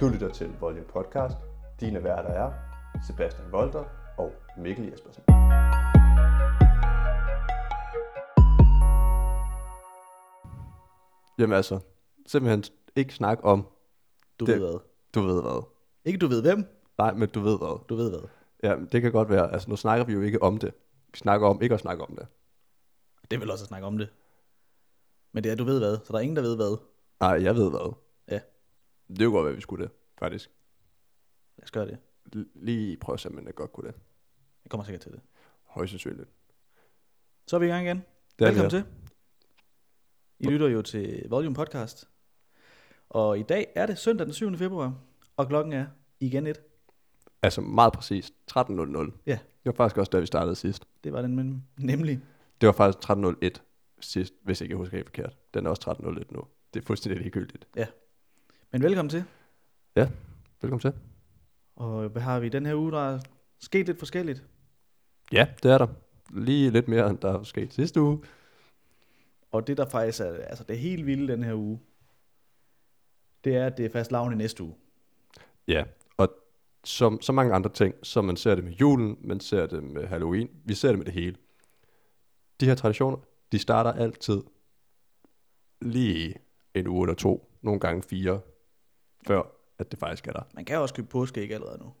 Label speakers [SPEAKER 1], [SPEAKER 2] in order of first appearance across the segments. [SPEAKER 1] Du lytter til Volume Podcast. Dine værter er Sebastian Volter og Mikkel Jespersen. Jamen altså, simpelthen ikke snak om,
[SPEAKER 2] Du
[SPEAKER 1] Det-
[SPEAKER 2] det. ved hvad.
[SPEAKER 1] du ved hvad.
[SPEAKER 2] Ikke du ved hvem,
[SPEAKER 1] Nej, men du ved hvad.
[SPEAKER 2] du ved hvad.
[SPEAKER 1] Ja, men det kan godt være. Altså, nu snakker vi jo ikke om det. Vi snakker om ikke at snakke om det.
[SPEAKER 2] Det er vel også at snakke om det. Men det er, du ved hvad, så der er ingen, der ved hvad.
[SPEAKER 1] Nej, jeg ved hvad.
[SPEAKER 2] Ja.
[SPEAKER 1] Det kunne godt være, vi skulle det, faktisk.
[SPEAKER 2] Lad os gøre det.
[SPEAKER 1] L- lige prøve at se, om man godt kunne det.
[SPEAKER 2] Jeg kommer sikkert til det.
[SPEAKER 1] Højst sandsynligt.
[SPEAKER 2] Så er vi i gang igen.
[SPEAKER 1] Det er vi
[SPEAKER 2] Velkommen
[SPEAKER 1] her.
[SPEAKER 2] til. I lytter jo til Volume Podcast. Og i dag er det søndag den 7. februar, og klokken er igen et.
[SPEAKER 1] Altså meget præcis. 13.00.
[SPEAKER 2] Ja.
[SPEAKER 1] Det var faktisk også der, vi startede sidst.
[SPEAKER 2] Det var den men- nemlig.
[SPEAKER 1] Det var faktisk 13.01 sidst, hvis ikke jeg husker helt forkert. Den er også 13.01 nu. Det er fuldstændig ligegyldigt.
[SPEAKER 2] Men velkommen til.
[SPEAKER 1] Velkommen til.
[SPEAKER 2] Og hvad har vi i den her uge, der er sket lidt forskelligt.
[SPEAKER 1] Ja, det er der. Lige lidt mere, end der skete sidste uge.
[SPEAKER 2] Og det, der faktisk er, altså det helt vilde den her uge, det er, at det er fast lavn i næste uge.
[SPEAKER 1] Ja, og som så mange andre ting, så man ser det med julen, man ser det med Halloween, vi ser det med det hele. De her traditioner, de starter altid lige en uge eller to, nogle gange fire, før at det faktisk er der.
[SPEAKER 2] Man kan jo også købe påskeæg allerede nu.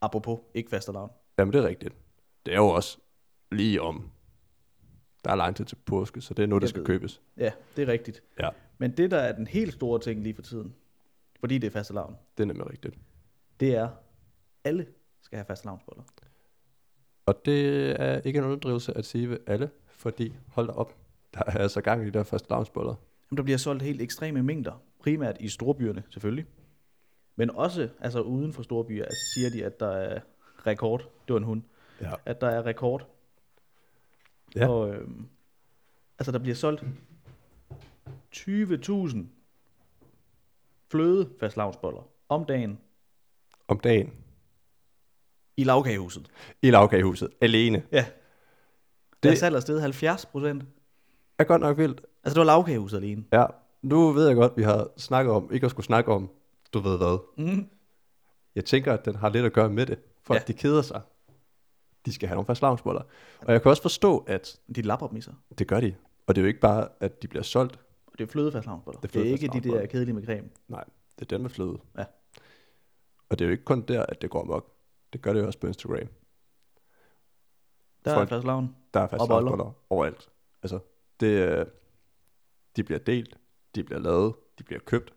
[SPEAKER 2] Apropos, ikke fastelavn.
[SPEAKER 1] Jamen det er rigtigt. Det er jo også lige om, der er lang tid til påske, så det er noget, der
[SPEAKER 2] Jeg
[SPEAKER 1] skal
[SPEAKER 2] ved.
[SPEAKER 1] købes.
[SPEAKER 2] Ja, det er rigtigt.
[SPEAKER 1] Ja.
[SPEAKER 2] Men det, der er den helt store ting lige for tiden, fordi det er fastelavn,
[SPEAKER 1] Det er nemlig rigtigt.
[SPEAKER 2] det er, alle skal have fastelavnsboller.
[SPEAKER 1] Og det er ikke en underdrivelse at sige ved alle, fordi hold da op, der er altså gang i de der første lavnsboller.
[SPEAKER 2] Jamen, der bliver solgt helt ekstreme mængder, primært i storbyerne selvfølgelig. Men også altså uden for storbyer altså, siger de, at der er rekord. Det var en hund.
[SPEAKER 1] Ja.
[SPEAKER 2] At der er rekord.
[SPEAKER 1] Ja.
[SPEAKER 2] Og, øhm, altså der bliver solgt 20.000 fløde fastlavnsboller om dagen
[SPEAKER 1] Om dagen
[SPEAKER 2] i lavkagehuset.
[SPEAKER 1] i lavkagehuset, alene.
[SPEAKER 2] Ja. Det er
[SPEAKER 1] Det-
[SPEAKER 2] salg afsted 70 procent.
[SPEAKER 1] er godt nok vildt.
[SPEAKER 2] Altså det var lavkagehuset alene.
[SPEAKER 1] Ja, nu ved jeg godt, vi har snakket om, ikke at skulle snakke om, du ved hvad.
[SPEAKER 2] Mm.
[SPEAKER 1] Jeg tænker, at den har lidt at gøre med det. Folk, ja.
[SPEAKER 2] Ja.
[SPEAKER 1] de keder sig. De skal have nogle fast lavnsboller. Og jeg kan også forstå, at
[SPEAKER 2] De lapper dem i sig.
[SPEAKER 1] det gør de. Og det er jo ikke bare, at de bliver solgt.
[SPEAKER 2] Og det er fløde fastlavnsboller.
[SPEAKER 1] Det er
[SPEAKER 2] Det er, det er ikke de
[SPEAKER 1] flødefastlavnsboller.
[SPEAKER 2] der kedelige med creme.
[SPEAKER 1] Nej, det er den med fløde.
[SPEAKER 2] Ja.
[SPEAKER 1] Og det er jo ikke kun der, at det går amok. Det gør det jo også på Instagram.
[SPEAKER 2] Der
[SPEAKER 1] Folk-
[SPEAKER 2] er fastelavn.
[SPEAKER 1] Der er fast
[SPEAKER 2] Og boller.
[SPEAKER 1] lavnsboller overalt. Altså, det, øh, de bliver delt, de bliver lavet, de bliver købt,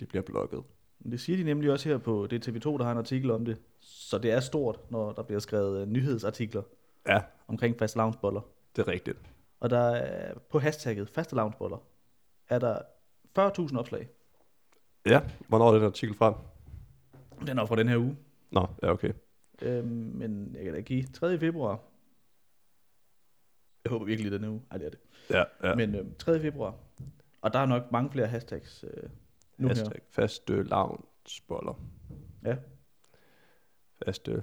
[SPEAKER 1] de bliver blokket.
[SPEAKER 2] Men Det siger de nemlig også her på det er TV2, der har en artikel om det. Så det er stort, når der bliver skrevet øh, nyhedsartikler
[SPEAKER 1] Ja,
[SPEAKER 2] omkring faste loungeboller.
[SPEAKER 1] det er rigtigt.
[SPEAKER 2] Og der er på hashtagget faste loungeboller, er der 40.000 opslag.
[SPEAKER 1] Ja, hvornår er den artikel frem?
[SPEAKER 2] Den er fra den her uge.
[SPEAKER 1] Nå, ja, okay.
[SPEAKER 2] Øhm, men jeg kan da give 3. februar. Jeg håber virkelig, den er uge. Ej, det er det.
[SPEAKER 1] Ja, ja.
[SPEAKER 2] Ja. Men øhm, 3. februar. Og der er nok mange flere hashtags øh, nu Hashtag. her.
[SPEAKER 1] Hashtag faste lavnsboller.
[SPEAKER 2] Ja.
[SPEAKER 1] Faste. øh.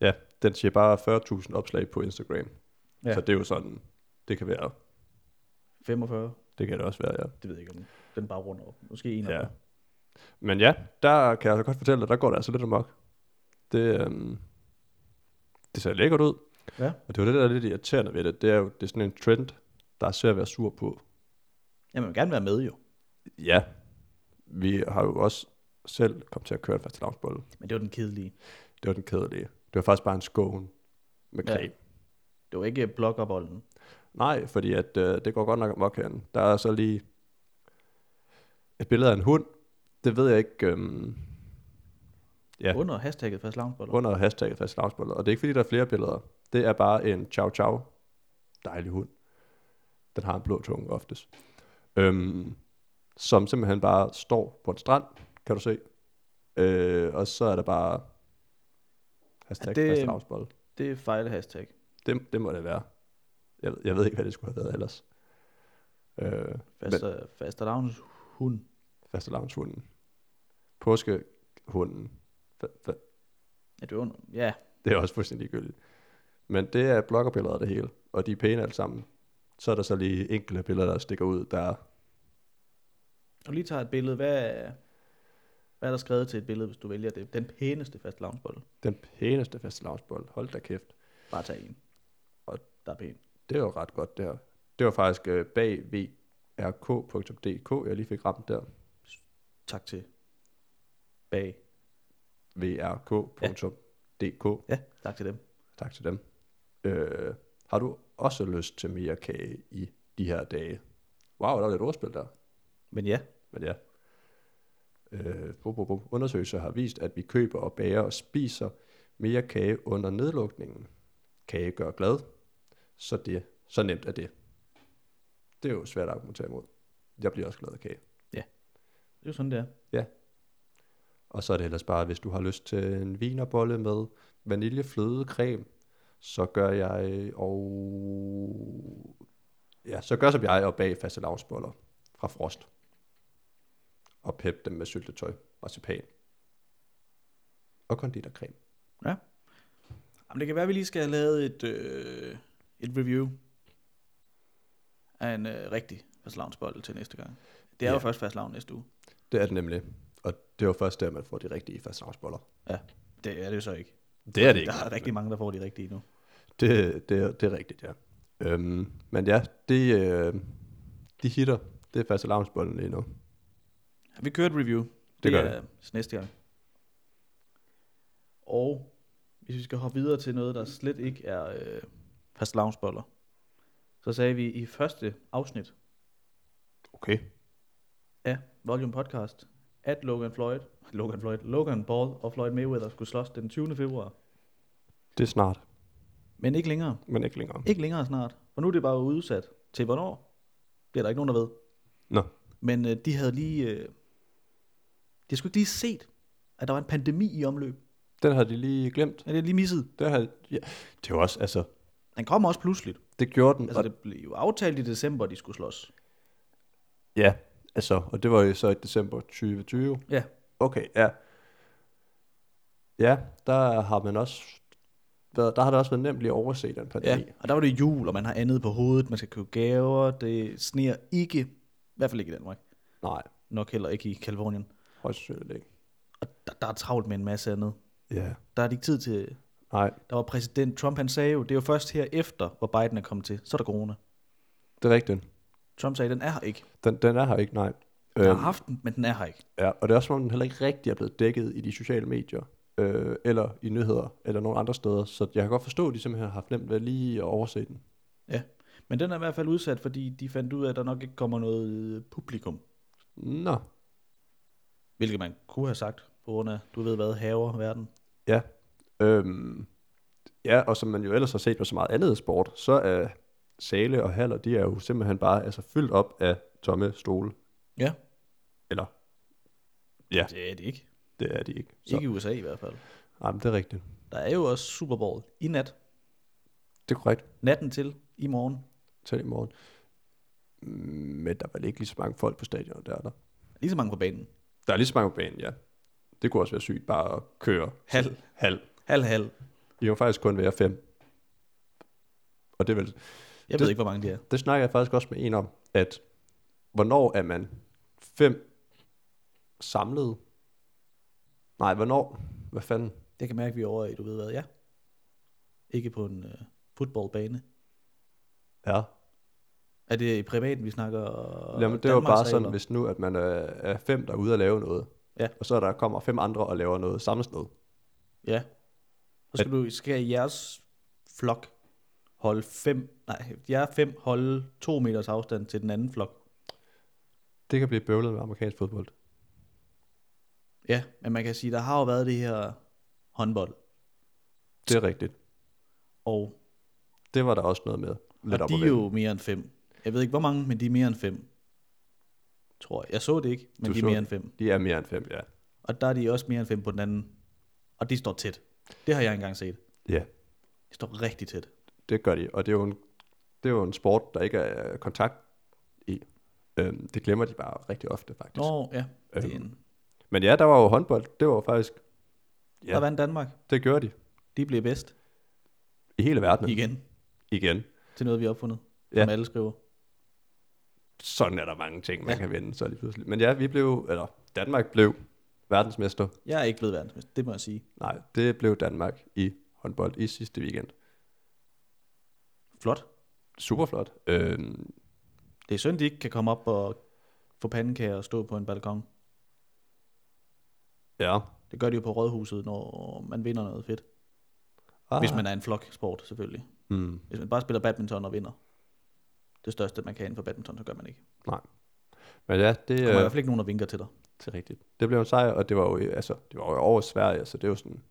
[SPEAKER 1] Ja, den siger bare 40.000 opslag på Instagram. Ja.
[SPEAKER 2] Ja.
[SPEAKER 1] Så det er jo sådan, det kan være.
[SPEAKER 2] 45.
[SPEAKER 1] Det kan det også være, ja.
[SPEAKER 2] Det ved jeg ikke, om den bare runder op. Måske 41.
[SPEAKER 1] ja.
[SPEAKER 2] Ja.
[SPEAKER 1] Men ja, der kan jeg altså godt fortælle dig, der går det altså lidt amok. Det, øhm, det ser lækkert ud.
[SPEAKER 2] Ja.
[SPEAKER 1] Og det er jo det, der er lidt irriterende ved det. Det er jo det er sådan en trend, der er svært at være sur på.
[SPEAKER 2] ja, man vil gerne være med jo.
[SPEAKER 1] Ja, vi har jo også selv kommet til at køre en faste lavnsbolle.
[SPEAKER 2] Men det var den kedelige.
[SPEAKER 1] Det var den kedelige. Det var faktisk bare en skåne med
[SPEAKER 2] Ja.
[SPEAKER 1] creme. Ja.
[SPEAKER 2] Det var ikke blokkerbolden.
[SPEAKER 1] Nej, fordi at, øh, det går godt nok amok herinde. Der er så lige et billede af en hund. Det ved jeg ikke øhm, Ja.
[SPEAKER 2] Ja. Under hashtagget fast lavnsboller.
[SPEAKER 1] under hashtagget fast lavsboller. Og det er ikke fordi, der er flere billeder. Det er bare en ciao ciao. Dejlig hund. Den har en blå tunge oftest. Øhm, som simpelthen bare står på en strand, kan du se. Øh, og så er der bare hashtag
[SPEAKER 2] det-
[SPEAKER 1] fast lavsbolle.
[SPEAKER 2] Det er fejl hashtag.
[SPEAKER 1] Det, det må det være. Jeg, ved- jeg ved ikke, hvad det skulle have været ellers. Øh,
[SPEAKER 2] Fast, Men... fast lavns hund.
[SPEAKER 1] fastelavnshunden. Påskehunden. Fa- fa-
[SPEAKER 2] Er det under? Ja,
[SPEAKER 1] Det er også fuldstændig gyldigt. Men det er bloggerbilleder af det hele, og de er pæne alle sammen. Så er der så lige enkelte billeder, der stikker ud, der er
[SPEAKER 2] og lige tager et billede. Hvad, Hvad er der skrevet til et billede, hvis du vælger det? Den pæneste fast lavnsbolle.
[SPEAKER 1] Den pæneste fast Hold da kæft.
[SPEAKER 2] Bare tag en. Og der er pæn.
[SPEAKER 1] Det var ret godt, det her. Det var faktisk øh, bag vrk.dk, jeg lige fik ramt der.
[SPEAKER 2] Tak til bag.
[SPEAKER 1] vrk.dk.
[SPEAKER 2] Ja, tak til dem.
[SPEAKER 1] Tak til dem. Øh, har du også lyst til mere kage i de her dage? Wow, der var lidt ordspil der.
[SPEAKER 2] Men ja,
[SPEAKER 1] Men ja. Øh, bum, bum, bum. Undersøgelser har vist, at vi køber og bager og spiser mere kage under nedlukningen. Kage gør glad. Så, det, så nemt er det. Det er jo svært at argumentere imod. Jeg bliver også glad af kage.
[SPEAKER 2] det er jo sådan, det er.
[SPEAKER 1] Og så er det ellers bare, hvis du har lyst til en vinerbolle med vaniljeflødecreme, så gør jeg og... Ja, så gør som jeg og bag faste lavsboller fra frost. Og pep dem med syltetøj, marcipan og konditorcreme.
[SPEAKER 2] Jamen, det kan være, at vi lige skal have lavet et, øh, et review af en øh, rigtig fastlavnsbolle til næste gang. Det er ja. jo
[SPEAKER 1] Ja.
[SPEAKER 2] først fastlavn næste uge.
[SPEAKER 1] Det er det nemlig. Og det er jo først der, man får de rigtige faste lavsboller.
[SPEAKER 2] Det er det jo så ikke.
[SPEAKER 1] Det er det ikke.
[SPEAKER 2] Der er rigtig mange, der får de rigtige nu.
[SPEAKER 1] Det, det, er- det er rigtigt, ja. Øhm, men ja, det, øh, de hitter, det er faste lavsbollen lige nu.
[SPEAKER 2] Vi kører et review. Det,
[SPEAKER 1] gør
[SPEAKER 2] er næste gang. Og hvis vi skal hoppe videre til noget, der slet ikke er øh, fastlavnsboller, så sagde vi i første afsnit
[SPEAKER 1] Okay.
[SPEAKER 2] af Volume Podcast, at Logan Floyd, Logan Floyd, Logan Paul og Floyd Mayweather skulle slås den 20. februar.
[SPEAKER 1] Det er snart.
[SPEAKER 2] Men ikke længere.
[SPEAKER 1] men ikke længere.
[SPEAKER 2] Ikke længere snart. For nu er det bare udsat. Til hvornår? Det er der ikke nogen, der ved.
[SPEAKER 1] Nå.
[SPEAKER 2] Men øh, de havde lige... Øh, de havde sgu ikke lige set, at der var en pandemi i omløb.
[SPEAKER 1] Den havde de lige glemt.
[SPEAKER 2] Ja, det er lige misset.
[SPEAKER 1] Det, havde, ja. det var også, altså,
[SPEAKER 2] Den kom også pludseligt.
[SPEAKER 1] det gjorde den.
[SPEAKER 2] Altså,
[SPEAKER 1] Altså, og,
[SPEAKER 2] det blev jo aftalt i december, de skulle slås.
[SPEAKER 1] ja, altså, og det var jo så i december 2020.
[SPEAKER 2] Ja.
[SPEAKER 1] Okay, ja. Ja, der har man også været, der har det også været nemt lige at overse den
[SPEAKER 2] ja.
[SPEAKER 1] pandemi.
[SPEAKER 2] Og der var det jul, og man har andet på hovedet. Man skal købe gaver. Det sneer ikke. I hvert fald ikke i Danmark.
[SPEAKER 1] Nej,
[SPEAKER 2] Nok heller ikke i Kalifornien.
[SPEAKER 1] højst sandsynligt ikke.
[SPEAKER 2] Og der, der er travlt med en masse andet.
[SPEAKER 1] Ja,
[SPEAKER 2] Der er det ikke tid til...
[SPEAKER 1] nej,
[SPEAKER 2] Der var præsident Trump, han sagde jo, det er jo først her efter, hvor Biden er kommet til, så er der corona.
[SPEAKER 1] det er rigtigt.
[SPEAKER 2] Trump sagde, den er her ikke.
[SPEAKER 1] Den, den er her ikke, nej. Øh,
[SPEAKER 2] Jeg har haft den, men den er her ikke.
[SPEAKER 1] ja, og det er også, som om den heller ikke rigtig er blevet dækket i de sociale medier, øh, eller i nyheder, eller nogle andre steder. Så jeg kan godt forstå, at de simpelthen har haft nemt ved lige at overse den.
[SPEAKER 2] Men den er i hvert fald udsat, fordi de fandt ud af, at der nok ikke kommer noget øh, publikum.
[SPEAKER 1] Nå,
[SPEAKER 2] Hvilket man kunne have sagt, på grund af, du ved hvad, haver verden.
[SPEAKER 1] Ja. Øhm, ja, og som man jo ellers har set på så meget andet sport, så er sale og haller, de er jo simpelthen bare altså, fyldt op af tomme stole.
[SPEAKER 2] Ja.
[SPEAKER 1] Eller, Ja.
[SPEAKER 2] Det er det ikke.
[SPEAKER 1] det er de ikke.
[SPEAKER 2] Så. Ikke i USA i hvert fald.
[SPEAKER 1] Ej, men det er rigtigt.
[SPEAKER 2] Der er jo også Super Bowl i nat.
[SPEAKER 1] Det er korrekt.
[SPEAKER 2] Natten til i morgen.
[SPEAKER 1] Til i morgen. Men der var ikke lige så mange folk på stadion, der er der.
[SPEAKER 2] Lige så mange på banen.
[SPEAKER 1] Der er lige så mange på banen, ja. Det kunne også være sygt bare at køre.
[SPEAKER 2] Halv.
[SPEAKER 1] Halv.
[SPEAKER 2] Halv, halv.
[SPEAKER 1] I må faktisk kun være fem. Og det er vel
[SPEAKER 2] Jeg det.
[SPEAKER 1] Det-
[SPEAKER 2] ved ikke, hvor mange de er.
[SPEAKER 1] det snakker jeg faktisk også med en om, at hvornår er man fem samlet? Nej, hvornår? Hvad fanden?
[SPEAKER 2] Jeg kan mærke, at vi er over i, du ved hvad, ja. Ikke på en øh, fodboldbane.
[SPEAKER 1] Ja.
[SPEAKER 2] Er det i privaten, vi snakker
[SPEAKER 1] Jamen, det er jo
[SPEAKER 2] Danmarks
[SPEAKER 1] bare sådan,
[SPEAKER 2] regler?
[SPEAKER 1] hvis nu, at man er, er fem, der er ude og lave noget,
[SPEAKER 2] Ja.
[SPEAKER 1] og så der kommer fem andre og laver noget samme sted.
[SPEAKER 2] Ja. Så skal du skal jeres flok holde fem, nej, jer fem holde to meters afstand til den anden flok.
[SPEAKER 1] Det kan blive bøvlet med amerikansk fodbold.
[SPEAKER 2] Ja, men man kan sige, der har jo været det her håndbold,
[SPEAKER 1] Det er rigtigt.
[SPEAKER 2] og,
[SPEAKER 1] Det var der også noget med. Lidt
[SPEAKER 2] og
[SPEAKER 1] op
[SPEAKER 2] de
[SPEAKER 1] at
[SPEAKER 2] er
[SPEAKER 1] vende.
[SPEAKER 2] jo mere end fem. Jeg ved ikke, hvor mange, men de er mere end fem. Tror jeg. Jeg så det ikke, men
[SPEAKER 1] Du
[SPEAKER 2] de er
[SPEAKER 1] så
[SPEAKER 2] mere
[SPEAKER 1] det.
[SPEAKER 2] end fem.
[SPEAKER 1] de er mere end fem, ja.
[SPEAKER 2] Og der er de også mere end fem på den anden. Og de står tæt. Det har jeg engang set.
[SPEAKER 1] Ja,
[SPEAKER 2] De står rigtig tæt.
[SPEAKER 1] det gør de. Og det er jo en, det er jo en sport, der ikke er øh, kontakt i. Øhm, det glemmer de bare rigtig ofte, faktisk.
[SPEAKER 2] Nå, ja. Det er
[SPEAKER 1] Øhm,
[SPEAKER 2] en.
[SPEAKER 1] Men ja, der var jo håndbold. Det var jo faktisk...
[SPEAKER 2] Ja. Der vandt Danmark.
[SPEAKER 1] det gjorde de.
[SPEAKER 2] De blev bedst
[SPEAKER 1] I hele verden.
[SPEAKER 2] igen
[SPEAKER 1] Igen.
[SPEAKER 2] til noget, vi har opfundet. Ja.
[SPEAKER 1] Ja.
[SPEAKER 2] Som alle skriver.
[SPEAKER 1] Sådan er der mange ting, man
[SPEAKER 2] Ja.
[SPEAKER 1] ja. kan vinde så lige pludselig. Men ja, vi blev... Eller Danmark blev verdensmester.
[SPEAKER 2] Jeg er ikke blevet verdensmester, det må jeg sige.
[SPEAKER 1] Nej, det blev Danmark i håndbold i sidste weekend.
[SPEAKER 2] Flot.
[SPEAKER 1] Super flot. Øhm,
[SPEAKER 2] Det er synd, de ikke kan komme op og få pandekager og stå på en balkon.
[SPEAKER 1] ja.
[SPEAKER 2] Det gør de jo på rådhuset, når man vinder noget fedt. Ah. Hvis man er en floksport, selvfølgelig.
[SPEAKER 1] Mm.
[SPEAKER 2] Hvis man bare spiller badminton og vinder. Det største, man kan inden for badminton, så gør man ikke.
[SPEAKER 1] Men ja, det,
[SPEAKER 2] Der kommer i
[SPEAKER 1] øh,
[SPEAKER 2] hvert fald ikke nogen, der vinker til dig.
[SPEAKER 1] det er rigtigt. Det blev en sejr, og det var jo, øh, altså, det var jo over Sverige, så det er jo sådan,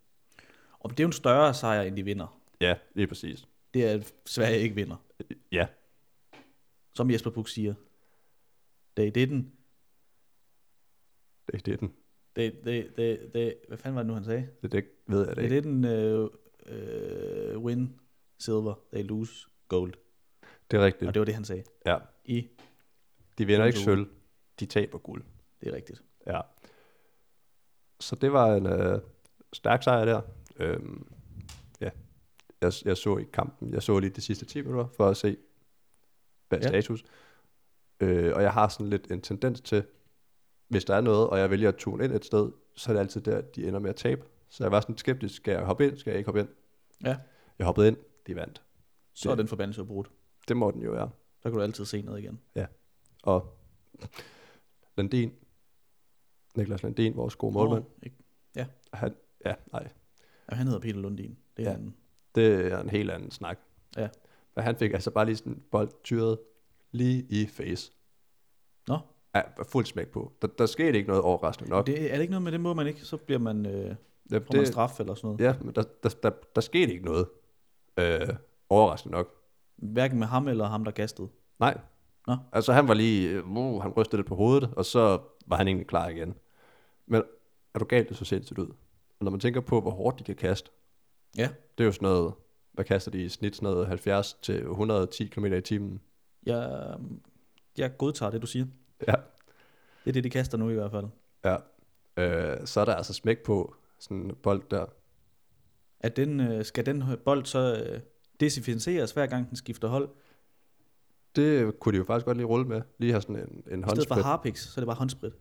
[SPEAKER 2] Og det er jo en større sejr, end de vinder.
[SPEAKER 1] ja, lige præcis.
[SPEAKER 2] Det er, at Sverige ikke vinder.
[SPEAKER 1] Ja,
[SPEAKER 2] Som Jesper Puk siger. Det, det er den.
[SPEAKER 1] det, det er den.
[SPEAKER 2] Det, det, det, det, hvad fanden var det nu, han sagde?
[SPEAKER 1] Det, det ved jeg det
[SPEAKER 2] Det
[SPEAKER 1] ikke.
[SPEAKER 2] er det den øh, øh, win silver, they lose gold.
[SPEAKER 1] Det er rigtigt.
[SPEAKER 2] Og det var det, han sagde.
[SPEAKER 1] Ja.
[SPEAKER 2] I,
[SPEAKER 1] De vinder ikke
[SPEAKER 2] Du-
[SPEAKER 1] sølv, de taber guld.
[SPEAKER 2] det er rigtigt.
[SPEAKER 1] Ja. Så det var en øh, stærk sejr der. Øhm, ja. Jeg, jeg så ikke kampen. Jeg så lige de sidste 10 minutter for at se, hvad
[SPEAKER 2] Ja.
[SPEAKER 1] ja. status. Øh, og jeg har sådan lidt en tendens til, hvis der er noget, og jeg vælger at tune ind et sted, så er det altid der, de ender med at tabe. Så jeg var sådan skeptisk. Skal jeg hoppe ind? Skal jeg ikke hoppe ind?
[SPEAKER 2] Ja.
[SPEAKER 1] Jeg hoppede ind. De vandt.
[SPEAKER 2] Så er den forbandelse jo brudt.
[SPEAKER 1] Det må den jo være.
[SPEAKER 2] Så kan du altid se noget igen.
[SPEAKER 1] Og Landin, Niklas Landin, vores gode målmand,
[SPEAKER 2] Nå, ikke.
[SPEAKER 1] han, ja, nej,
[SPEAKER 2] Jamen, han hedder Peter Lundin. Det er
[SPEAKER 1] Ja.
[SPEAKER 2] ja. en,
[SPEAKER 1] Det er en helt anden snak.
[SPEAKER 2] Ja.
[SPEAKER 1] Men han fik altså bare lige sådan en bold tyret lige i face.
[SPEAKER 2] Nå.
[SPEAKER 1] Ja, fuld smæk på. Der, der skete ikke noget overraskende nok.
[SPEAKER 2] det, er det ikke noget med, det må man ikke, så bliver man, øh,
[SPEAKER 1] ja,
[SPEAKER 2] får man straf eller sådan noget.
[SPEAKER 1] ja, men der, der, der, der skete ikke noget øh, overraskende nok.
[SPEAKER 2] Hverken med ham eller ham, der kastede.
[SPEAKER 1] Nej.
[SPEAKER 2] Nå.
[SPEAKER 1] Altså han var lige, øh, uh, han rystede lidt på hovedet, og så var han egentlig klar igen. Men er du galt, det så sindssygt ud. Og når man tænker på, hvor hårdt de kan kaste,
[SPEAKER 2] Ja.
[SPEAKER 1] det er jo sådan noget, hvad kaster de i snit, sådan noget 70 til 110 km i timen.
[SPEAKER 2] Jeg, jeg godtager det, du siger.
[SPEAKER 1] Ja.
[SPEAKER 2] Det er det, de kaster nu i hvert fald.
[SPEAKER 1] Ja. Øh, så er der altså smæk på sådan en bold der.
[SPEAKER 2] At den, øh, skal den bold så øh, desinficeres hver gang, den skifter hold?
[SPEAKER 1] Det kunne de jo faktisk godt lige rulle med. Lige have sådan en, en
[SPEAKER 2] I stedet for
[SPEAKER 1] håndsprit.
[SPEAKER 2] harpix, så er det bare håndsprit.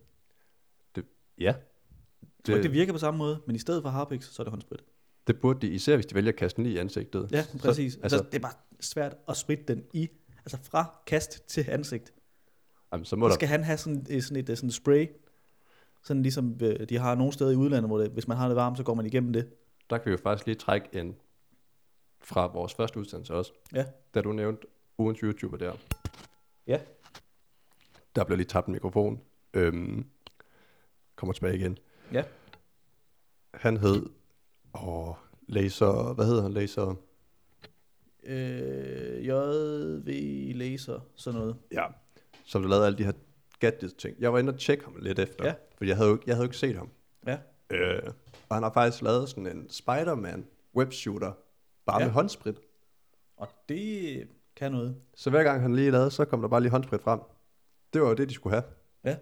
[SPEAKER 1] Ja.
[SPEAKER 2] Jeg tror ikke,
[SPEAKER 1] Det-
[SPEAKER 2] det virker på samme måde, men i stedet for harpix, så er det håndsprit.
[SPEAKER 1] Det burde de, især hvis de vælger at kaste den lige i ansigtet.
[SPEAKER 2] Ja,
[SPEAKER 1] Så-
[SPEAKER 2] præcis. Så,
[SPEAKER 1] altså-
[SPEAKER 2] altså, altså, det er bare svært at spritte den i. Altså fra kast til ansigt.
[SPEAKER 1] Jamen, så må
[SPEAKER 2] Så
[SPEAKER 1] der...
[SPEAKER 2] skal han have sådan, et- sådan et øh, sådan et spray. Sådan ligesom øh, de har nogle steder i udlandet, hvor det, hvis man har det varmt, så går man igennem det.
[SPEAKER 1] Der kan vi jo faktisk lige trække en fra vores første udsendelse også.
[SPEAKER 2] Ja.
[SPEAKER 1] Da du nævnte ugens YouTuber der.
[SPEAKER 2] Ja.
[SPEAKER 1] Der blev lige tabt en mikrofon. Øhm, kommer tilbage igen.
[SPEAKER 2] Ja.
[SPEAKER 1] Han hed... Åh, Laser... Hvad hedder han? Laser...
[SPEAKER 2] Øh, JV laser, sådan noget.
[SPEAKER 1] Ja. Som der lavede alle de her gadgets ting. Jeg var inde og tjekke ham lidt efter,
[SPEAKER 2] Ja.
[SPEAKER 1] ja. fordi jeg havde, jo ikke, jeg havde jo ikke set ham.
[SPEAKER 2] Ja.
[SPEAKER 1] Øh, og han har faktisk lavet sådan en Spider-Man webshooter, bare
[SPEAKER 2] Ja.
[SPEAKER 1] ja. med håndsprit.
[SPEAKER 2] Og det kan noget.
[SPEAKER 1] Så hver gang han lige lavede, så kom der bare lige håndsprit frem. Det var jo det, de skulle have.
[SPEAKER 2] Ja.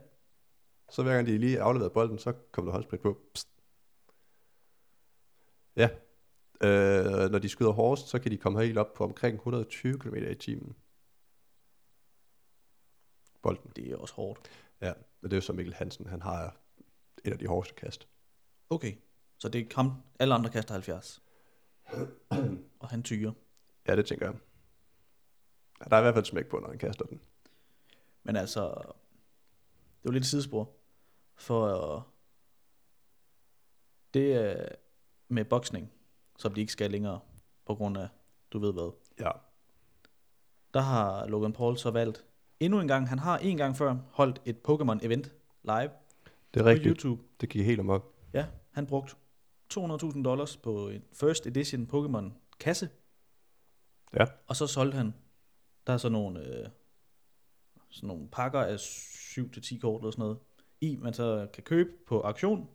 [SPEAKER 1] Så hver gang de lige afleverede bolden, så kom der håndsprit på. Psst. Ja. Øh, når de skyder hårdest, så kan de komme helt op på omkring 120 km i timen. Bolden.
[SPEAKER 2] Det er også hårdt.
[SPEAKER 1] Ja, og det er jo så Mikkel Hansen, han har et af de hårdeste kast.
[SPEAKER 2] Okay. Så det er ham. Alle andre kaster 70. og han tyrer.
[SPEAKER 1] Ja, det tænker jeg. Ja, der er i hvert fald smæk på, når han kaster den.
[SPEAKER 2] Men altså, det var lidt et sidespor. For øh, det øh, med boksning, som de ikke skal længere, på grund af, du ved hvad.
[SPEAKER 1] Ja.
[SPEAKER 2] Der har Logan Paul så valgt endnu en gang. Han har en gang før holdt et Pokémon-event live
[SPEAKER 1] Det er
[SPEAKER 2] på
[SPEAKER 1] rigtigt.
[SPEAKER 2] YouTube.
[SPEAKER 1] Det gik helt amok.
[SPEAKER 2] Ja, han brugte 200.000 dollars på en first edition Pokémon-kasse.
[SPEAKER 1] Ja.
[SPEAKER 2] Og så solgte han, der er så nogle, øh, sådan nogle pakker af 7-10 kort eller sådan noget, i man så kan købe på auktion,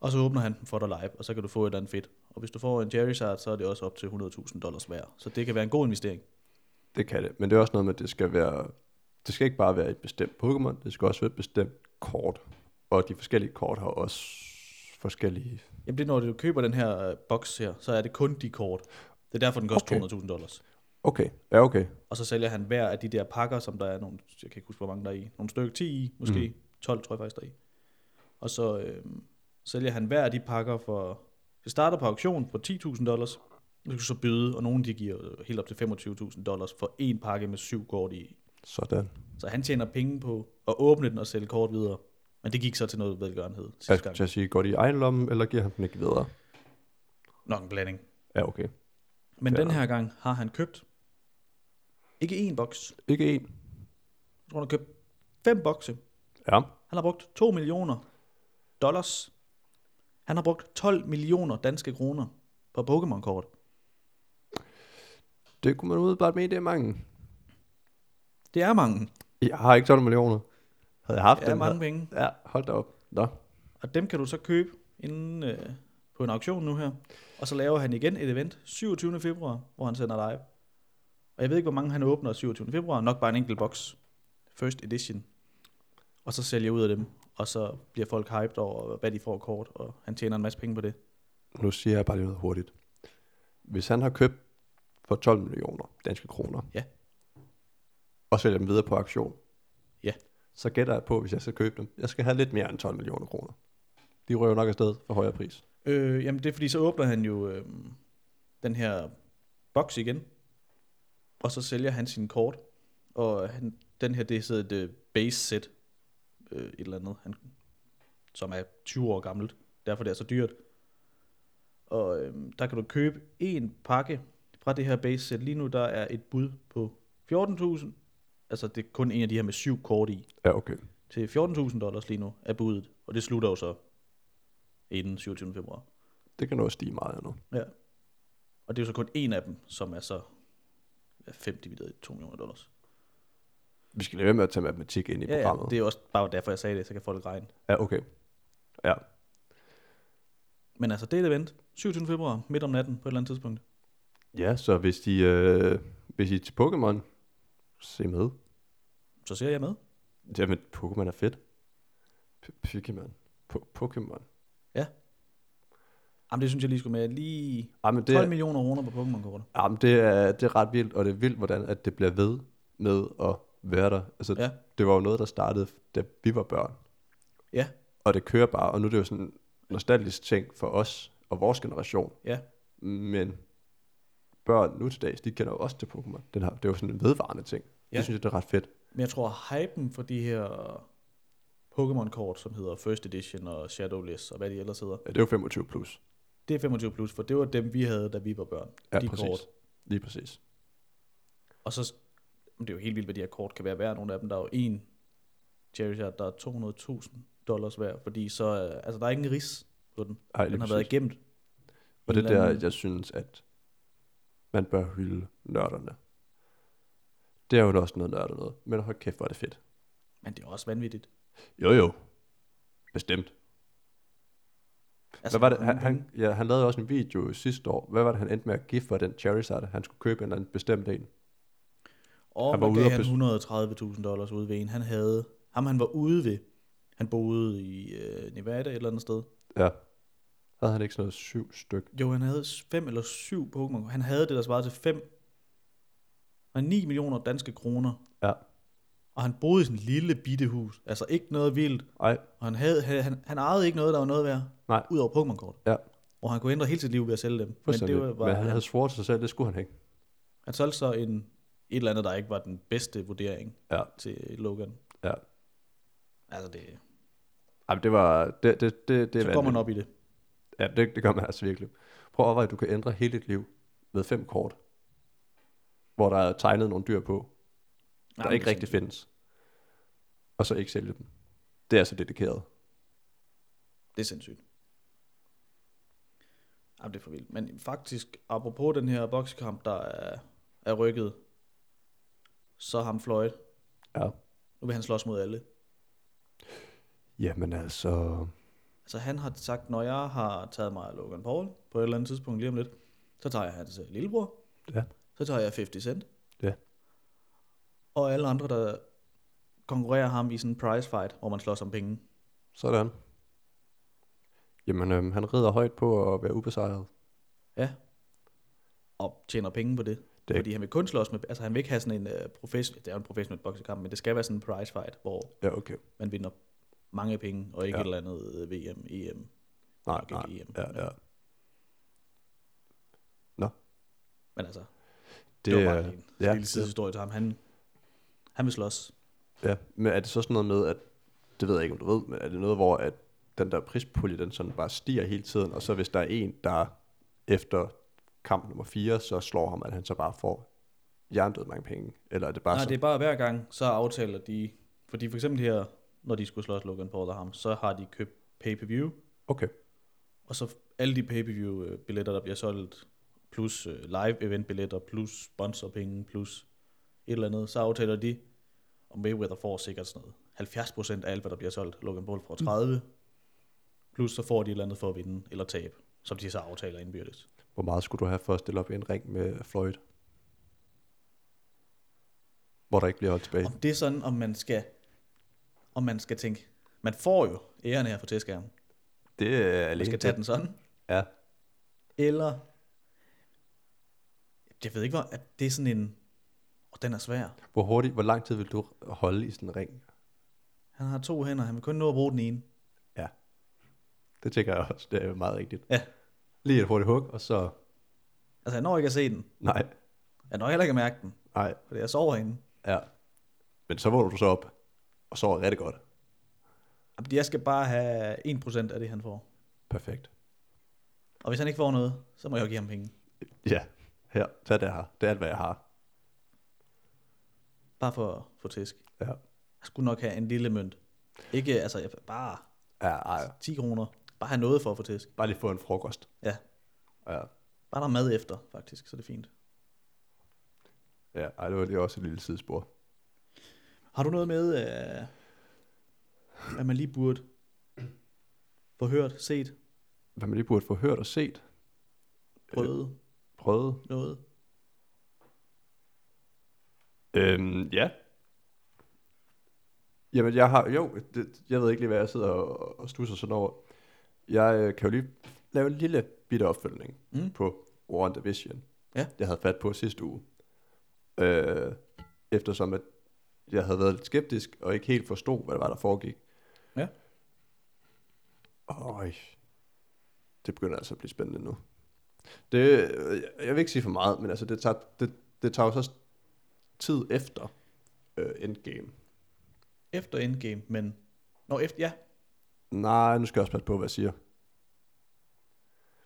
[SPEAKER 2] og så åbner han dem for dig live, og så kan du få et eller andet fedt. Og hvis du får en Charizard, så er det også op til 100.000 dollars værd. Så det kan være en god investering.
[SPEAKER 1] Det kan det. Men det er også noget med, at det skal være... Det skal ikke bare være et bestemt Pokémon, det skal også være et bestemt kort. Og de forskellige kort har også forskellige...
[SPEAKER 2] Jamen det er, når du køber den her øh, boks her, så er det kun de kort. Det er derfor, den koster
[SPEAKER 1] Okay.
[SPEAKER 2] okay. 200.000 dollars.
[SPEAKER 1] Okay, ja okay.
[SPEAKER 2] Og så sælger han hver af de der pakker, som der er nogle, jeg kan ikke huske, hvor mange der er i, nogle stykker 10 i, måske mm. 12 tror jeg faktisk der er i. Og så øh, sælger han hver af de pakker for... Det starter på auktion på 10.000 dollars. Du kan så byde, og nogle de giver øh, helt op til 25.000 dollars for en pakke med syv kort i.
[SPEAKER 1] Sådan.
[SPEAKER 2] Så han tjener penge på at åbne den og sælge kort videre. Men det gik så til noget velgørenhed
[SPEAKER 1] Jeg
[SPEAKER 2] sidste
[SPEAKER 1] skulle
[SPEAKER 2] gang.
[SPEAKER 1] til at sige, går de i egen lomme, eller giver han den ikke videre?
[SPEAKER 2] Nok en blanding.
[SPEAKER 1] Ja, okay.
[SPEAKER 2] Men
[SPEAKER 1] Fair
[SPEAKER 2] den
[SPEAKER 1] nok.
[SPEAKER 2] her gang har han købt ikke én boks.
[SPEAKER 1] Ikke en.
[SPEAKER 2] Jeg tror, han har købt fem bokse.
[SPEAKER 1] Ja.
[SPEAKER 2] Han har brugt 2 millioner dollars. Han har brugt 12 millioner danske kroner på Pokémon-kort.
[SPEAKER 1] Det kunne man udebart mene, det er mange.
[SPEAKER 2] Det er mange.
[SPEAKER 1] Jeg har ikke 12 millioner. Havde jeg haft
[SPEAKER 2] Det er
[SPEAKER 1] den
[SPEAKER 2] mange penge.
[SPEAKER 1] her. Ja, hold da op. Nå.
[SPEAKER 2] Og dem kan du så købe inden øh, på en auktion nu her. Og så laver han igen et event 27. februar, hvor han sender live. Og jeg ved ikke, hvor mange han åbner 27. februar. Nok bare en enkelt boks. First edition. Og så sælger jeg ud af dem. Og så bliver folk hyped over, hvad de får kort. Og han tjener en masse penge på det.
[SPEAKER 1] Nu siger jeg bare lige noget hurtigt. Hvis han har købt for 12 millioner danske kroner,
[SPEAKER 2] Ja.
[SPEAKER 1] og sælger dem videre på aktion,
[SPEAKER 2] Ja.
[SPEAKER 1] så gætter jeg på, hvis jeg skal købe dem, jeg skal have lidt mere end 12 millioner kroner. De røver nok afsted for højere pris.
[SPEAKER 2] Øh, jamen det er fordi, så åbner han jo øh, den her boks igen, og så sælger han sin kort, og han, den her, det er så et øh, base set, øh, et eller andet, han, som er 20 år gammelt, derfor det er så dyrt. Og øh, der kan du købe en pakke fra det her base set. Lige nu der er et bud på 14.000, altså det er kun en af de her med syv kort i,
[SPEAKER 1] Ja, okay.
[SPEAKER 2] til 14.000 dollars lige nu er budet, og det slutter jo så inden 27. februar.
[SPEAKER 1] Det kan nå at stige meget nu.
[SPEAKER 2] Ja. Og det er jo så kun en af dem, som er så 5 divideret i 2 millioner dollars.
[SPEAKER 1] Vi skal lade være med at tage matematik ind i
[SPEAKER 2] Ja, ja,
[SPEAKER 1] programmet.
[SPEAKER 2] det er jo også bare derfor, jeg sagde det, så kan folk regne.
[SPEAKER 1] Ja, okay. Ja,
[SPEAKER 2] Men altså, det er et event. 27. februar, midt om natten på et eller andet tidspunkt.
[SPEAKER 1] ja så hvis de, øh, hvis I er til Pokémon, se med.
[SPEAKER 2] Så ser jeg med.
[SPEAKER 1] Jamen, Pokémon er fedt. P- Pokémon. Po- Pokémon.
[SPEAKER 2] Jamen, det synes jeg lige skulle med. Lige
[SPEAKER 1] Jamen, det,
[SPEAKER 2] 12
[SPEAKER 1] er-
[SPEAKER 2] millioner kroner på Pokémon-kortet.
[SPEAKER 1] jamen, det, er, det er ret vildt, og det er vildt, hvordan at det bliver ved med at være der. Altså,
[SPEAKER 2] Ja.
[SPEAKER 1] det var jo noget, der startede, da vi var børn.
[SPEAKER 2] Ja,
[SPEAKER 1] Og det kører bare, og nu er det jo sådan en nostalgisk ting for os og vores generation.
[SPEAKER 2] ja.
[SPEAKER 1] Men børn nu til dags, de kender jo også til Pokémon. Den her, det er jo sådan en vedvarende ting. Ja.
[SPEAKER 2] Ja.
[SPEAKER 1] Det synes jeg, det er ret fedt.
[SPEAKER 2] Men jeg tror, hypen for de her Pokémon-kort, som hedder First Edition og Shadowless og hvad de ellers hedder,
[SPEAKER 1] Ja, det er jo 25 plus.
[SPEAKER 2] det er 25 plus, for det var dem, vi havde, da vi var børn.
[SPEAKER 1] Ja,
[SPEAKER 2] de
[SPEAKER 1] præcis. Lige præcis.
[SPEAKER 2] Og så, men det er jo helt vildt, hvad de her kort kan være værd. Nogle af dem, der er jo en Charizard, der er 200.000 dollars værd, fordi så, øh, altså der er ingen ris på den.
[SPEAKER 1] Ej, lige
[SPEAKER 2] Den har
[SPEAKER 1] præcis.
[SPEAKER 2] været gemt.
[SPEAKER 1] Og
[SPEAKER 2] en
[SPEAKER 1] det er
[SPEAKER 2] eller
[SPEAKER 1] der,
[SPEAKER 2] anden-
[SPEAKER 1] jeg synes, at man bør hylde nørderne. Det er jo da også noget nørdet noget, men hold kæft, hvor er det fedt.
[SPEAKER 2] Men det er også vanvittigt.
[SPEAKER 1] Jo jo, bestemt. Altså, Hvad var det?
[SPEAKER 2] mange
[SPEAKER 1] Han, han,
[SPEAKER 2] penge.
[SPEAKER 1] ja, han lavede også en video sidste år. Hvad var det, han endte med at give for den Charizard? Han skulle købe en eller anden bestemt en.
[SPEAKER 2] Og
[SPEAKER 1] han
[SPEAKER 2] han
[SPEAKER 1] var
[SPEAKER 2] var
[SPEAKER 1] ude
[SPEAKER 2] gav
[SPEAKER 1] at
[SPEAKER 2] han
[SPEAKER 1] bes-
[SPEAKER 2] 130.000 dollars ude ved en. Han havde, ham han var ude ved, han boede i øh, Nevada et eller andet sted.
[SPEAKER 1] Ja. Havde han ikke sådan noget syv styk?
[SPEAKER 2] Jo, han havde fem eller syv Pokémon. Han havde det, der svarede til fem. Og 9 millioner danske kroner.
[SPEAKER 1] Ja.
[SPEAKER 2] Og han boede i sådan et lille bitte hus. Altså ikke noget vildt.
[SPEAKER 1] Ej,
[SPEAKER 2] Og han, havde, han, han- han ejede ikke noget, der var noget værd.
[SPEAKER 1] Nej.
[SPEAKER 2] Udover Pokémon-kort.
[SPEAKER 1] Ja.
[SPEAKER 2] Og han kunne ændre hele sit liv ved at sælge dem. Men det var, var
[SPEAKER 1] men han
[SPEAKER 2] han,
[SPEAKER 1] havde svoret til sig selv, det skulle han ikke.
[SPEAKER 2] han solgte så en, et eller andet, der ikke var den bedste vurdering
[SPEAKER 1] Ja.
[SPEAKER 2] til Logan.
[SPEAKER 1] Ja.
[SPEAKER 2] Altså det,
[SPEAKER 1] Jamen, det var... Det, det, det, det
[SPEAKER 2] det
[SPEAKER 1] er
[SPEAKER 2] så går man
[SPEAKER 1] vanvittigt.
[SPEAKER 2] op i det.
[SPEAKER 1] Ja, det, det gør man altså virkelig. Prøv at overveje, at du kan ændre hele dit liv med fem kort, hvor der er tegnet nogle dyr på, der
[SPEAKER 2] Jamen,
[SPEAKER 1] ikke
[SPEAKER 2] det er
[SPEAKER 1] rigtig
[SPEAKER 2] sådan-
[SPEAKER 1] findes, og så ikke sælge dem. Det er altså dedikeret.
[SPEAKER 2] Det er sindssygt. Jamen det er for vildt. Men faktisk, apropos den her boksekamp, der er, er rykket, så ham Floyd,
[SPEAKER 1] Ja.
[SPEAKER 2] nu vil han slås mod alle.
[SPEAKER 1] Jamen altså...
[SPEAKER 2] Altså han har sagt, når jeg har taget mig af Logan Paul på et eller andet tidspunkt lige om lidt, så tager jeg hans øh, lillebror,
[SPEAKER 1] Ja.
[SPEAKER 2] så tager jeg 50 Cent,
[SPEAKER 1] Ja.
[SPEAKER 2] og alle andre, der konkurrerer ham i sådan en prize fight, hvor man slås om penge.
[SPEAKER 1] Sådan. Jamen, øhm, han rider højt på at være ubesejret.
[SPEAKER 2] Ja. Og tjener penge på det.
[SPEAKER 1] Det
[SPEAKER 2] det
[SPEAKER 1] er-
[SPEAKER 2] fordi han vil kun slås med, altså han vil ikke have sådan en uh, professionel, det er jo en professionel boksekamp, men det skal være sådan en prize fight, hvor
[SPEAKER 1] Ja, okay.
[SPEAKER 2] man vinder mange penge, og ikke
[SPEAKER 1] Ja.
[SPEAKER 2] ja. et eller andet øh, VM, EM.
[SPEAKER 1] Nej,
[SPEAKER 2] nok
[SPEAKER 1] nej.
[SPEAKER 2] ikke EM.
[SPEAKER 1] Ja, ja.
[SPEAKER 2] Men altså, det,
[SPEAKER 1] Det,
[SPEAKER 2] det var
[SPEAKER 1] er-
[SPEAKER 2] bare en
[SPEAKER 1] ja,
[SPEAKER 2] ja, lille sidehistorie til ham. Han, han vil slås.
[SPEAKER 1] Ja, men er det så sådan noget med, at, det ved jeg ikke, om du ved, men er det noget, hvor at den der prispulje, den sådan bare stiger hele tiden, og så hvis der er en, der efter kamp nummer 4, så slår ham, at han så bare får jerndød mange penge, eller er det bare
[SPEAKER 2] Nej,
[SPEAKER 1] sådan,
[SPEAKER 2] det er bare hver gang, så aftaler de, fordi for eksempel her, når de skulle slås Logan Paul og ham, så har de købt pay-per-view,
[SPEAKER 1] okay,
[SPEAKER 2] og så alle de pay-per-view øh, billetter, der bliver solgt, plus øh, live event billetter, plus sponsorpenge, plus et eller andet, så aftaler de, og Mayweather får sikkert sådan noget. 70% af alt, hvad der bliver solgt, Logan Paul får 30, plus så får de et eller andet for at vinde eller tabe, som de så aftaler indbyrdes.
[SPEAKER 1] hvor meget skulle du have for at stille op i en ring med Floyd? Hvor der ikke bliver holdt tilbage.
[SPEAKER 2] Om det er sådan, om man skal, om man skal tænke, man får jo æren her for tæskærmen,
[SPEAKER 1] Det er
[SPEAKER 2] man
[SPEAKER 1] alene
[SPEAKER 2] skal
[SPEAKER 1] det.
[SPEAKER 2] tage den sådan,
[SPEAKER 1] Ja,
[SPEAKER 2] Eller, jeg ved ikke, hvor, at det er sådan en, og den er svær.
[SPEAKER 1] hvor hurtigt, hvor lang tid vil du holde i sådan en ring?
[SPEAKER 2] Han har to hænder, han vil kun nå at bruge den ene.
[SPEAKER 1] Det tænker jeg også, det er meget rigtigt.
[SPEAKER 2] Ja.
[SPEAKER 1] Lige et hurtigt hug, og så,
[SPEAKER 2] Altså, jeg når ikke at se den.
[SPEAKER 1] nej,
[SPEAKER 2] Jeg når heller ikke at mærke den,
[SPEAKER 1] nej,
[SPEAKER 2] fordi jeg sover inde.
[SPEAKER 1] Ja. Men så vågner du så op, og sover rigtig godt.
[SPEAKER 2] Jamen, Jeg skal bare have 1% af det, han får.
[SPEAKER 1] Perfekt.
[SPEAKER 2] Og hvis han ikke får noget, så må jeg jo give ham penge.
[SPEAKER 1] Ja, her, tag det her. Det er alt, hvad jeg har.
[SPEAKER 2] Bare for at få tæsk.
[SPEAKER 1] Ja.
[SPEAKER 2] Jeg skulle nok have en lille mønt. Ikke, altså, jeg, bare
[SPEAKER 1] Ja, ej.
[SPEAKER 2] 10 kroner. Bare have noget for at få tæsk.
[SPEAKER 1] Bare lige få en frokost.
[SPEAKER 2] Ja.
[SPEAKER 1] Ja,
[SPEAKER 2] Bare der er mad efter, faktisk, så er det fint.
[SPEAKER 1] ja ej, det var lige også et lille sidespor.
[SPEAKER 2] Har du noget med, øh, at man lige burde få hørt, set,
[SPEAKER 1] Hvad man lige burde få hørt og set,
[SPEAKER 2] prøvet
[SPEAKER 1] prøvet.
[SPEAKER 2] noget?
[SPEAKER 1] Øhm, ja. Jamen, jeg har, jo, det, jeg ved ikke lige, hvad jeg sidder og, og stusser sådan over. Jeg øh, kan jo lige lave en lille bitte opfølgning.
[SPEAKER 2] Mm?
[SPEAKER 1] på Warren Division.
[SPEAKER 2] Ja.
[SPEAKER 1] Jeg havde fat på sidste uge. Øh, eftersom at jeg havde været lidt skeptisk, og ikke helt forstod, hvad det var, der foregik.
[SPEAKER 2] Ja.
[SPEAKER 1] Øj, det begynder altså at blive spændende nu. Det, øh, jeg vil ikke sige for meget, men altså, det tager, det, det tager jo så tid efter øh, Endgame.
[SPEAKER 2] Efter Endgame, men... Nå, efter, ja.
[SPEAKER 1] Nej, nu skal jeg også passe på, hvad jeg siger.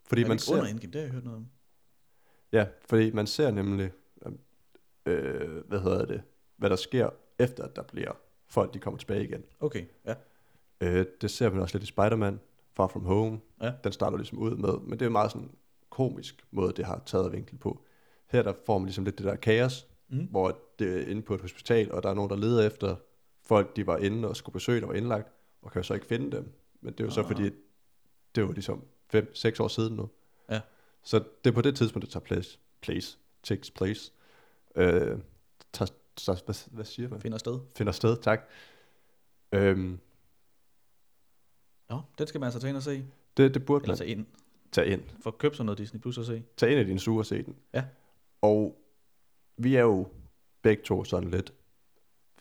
[SPEAKER 1] Fordi
[SPEAKER 2] er det
[SPEAKER 1] man
[SPEAKER 2] ikke
[SPEAKER 1] ser,
[SPEAKER 2] under Endgame, det har jeg hørt noget om.
[SPEAKER 1] Ja, fordi man ser nemlig, øh, hvad hedder det, hvad der sker efter, at der bliver folk, de kommer tilbage igen.
[SPEAKER 2] Okay, ja.
[SPEAKER 1] Øh, det ser man også lidt i Spider-Man, Far From Home.
[SPEAKER 2] Ja.
[SPEAKER 1] Den starter ligesom ud med, men det er en meget sådan komisk måde, det har taget vinkel på. Her der får man ligesom lidt det der kaos,
[SPEAKER 2] Mm.
[SPEAKER 1] hvor det er inde på et hospital, og der er nogen, der leder efter folk, de var inde og skulle besøge, der var indlagt, og kan jo så ikke finde dem. Men det er jo så
[SPEAKER 2] Ah.
[SPEAKER 1] fordi, det var ligesom 5-6 år siden nu.
[SPEAKER 2] Ja.
[SPEAKER 1] Så det er på det tidspunkt, det tager place, place takes place. Øh, tager, tager, hvad, hvad siger man?
[SPEAKER 2] Finder sted.
[SPEAKER 1] Finder sted, tak. Øhm,
[SPEAKER 2] Nå, den skal man altså tage ind og se.
[SPEAKER 1] det, det burde
[SPEAKER 2] Eller
[SPEAKER 1] man
[SPEAKER 2] tage ind.
[SPEAKER 1] tage ind.
[SPEAKER 2] For køb sådan noget Disney Plus at se.
[SPEAKER 1] tag ind i din suge og se den.
[SPEAKER 2] Ja.
[SPEAKER 1] Og vi er jo begge to sådan lidt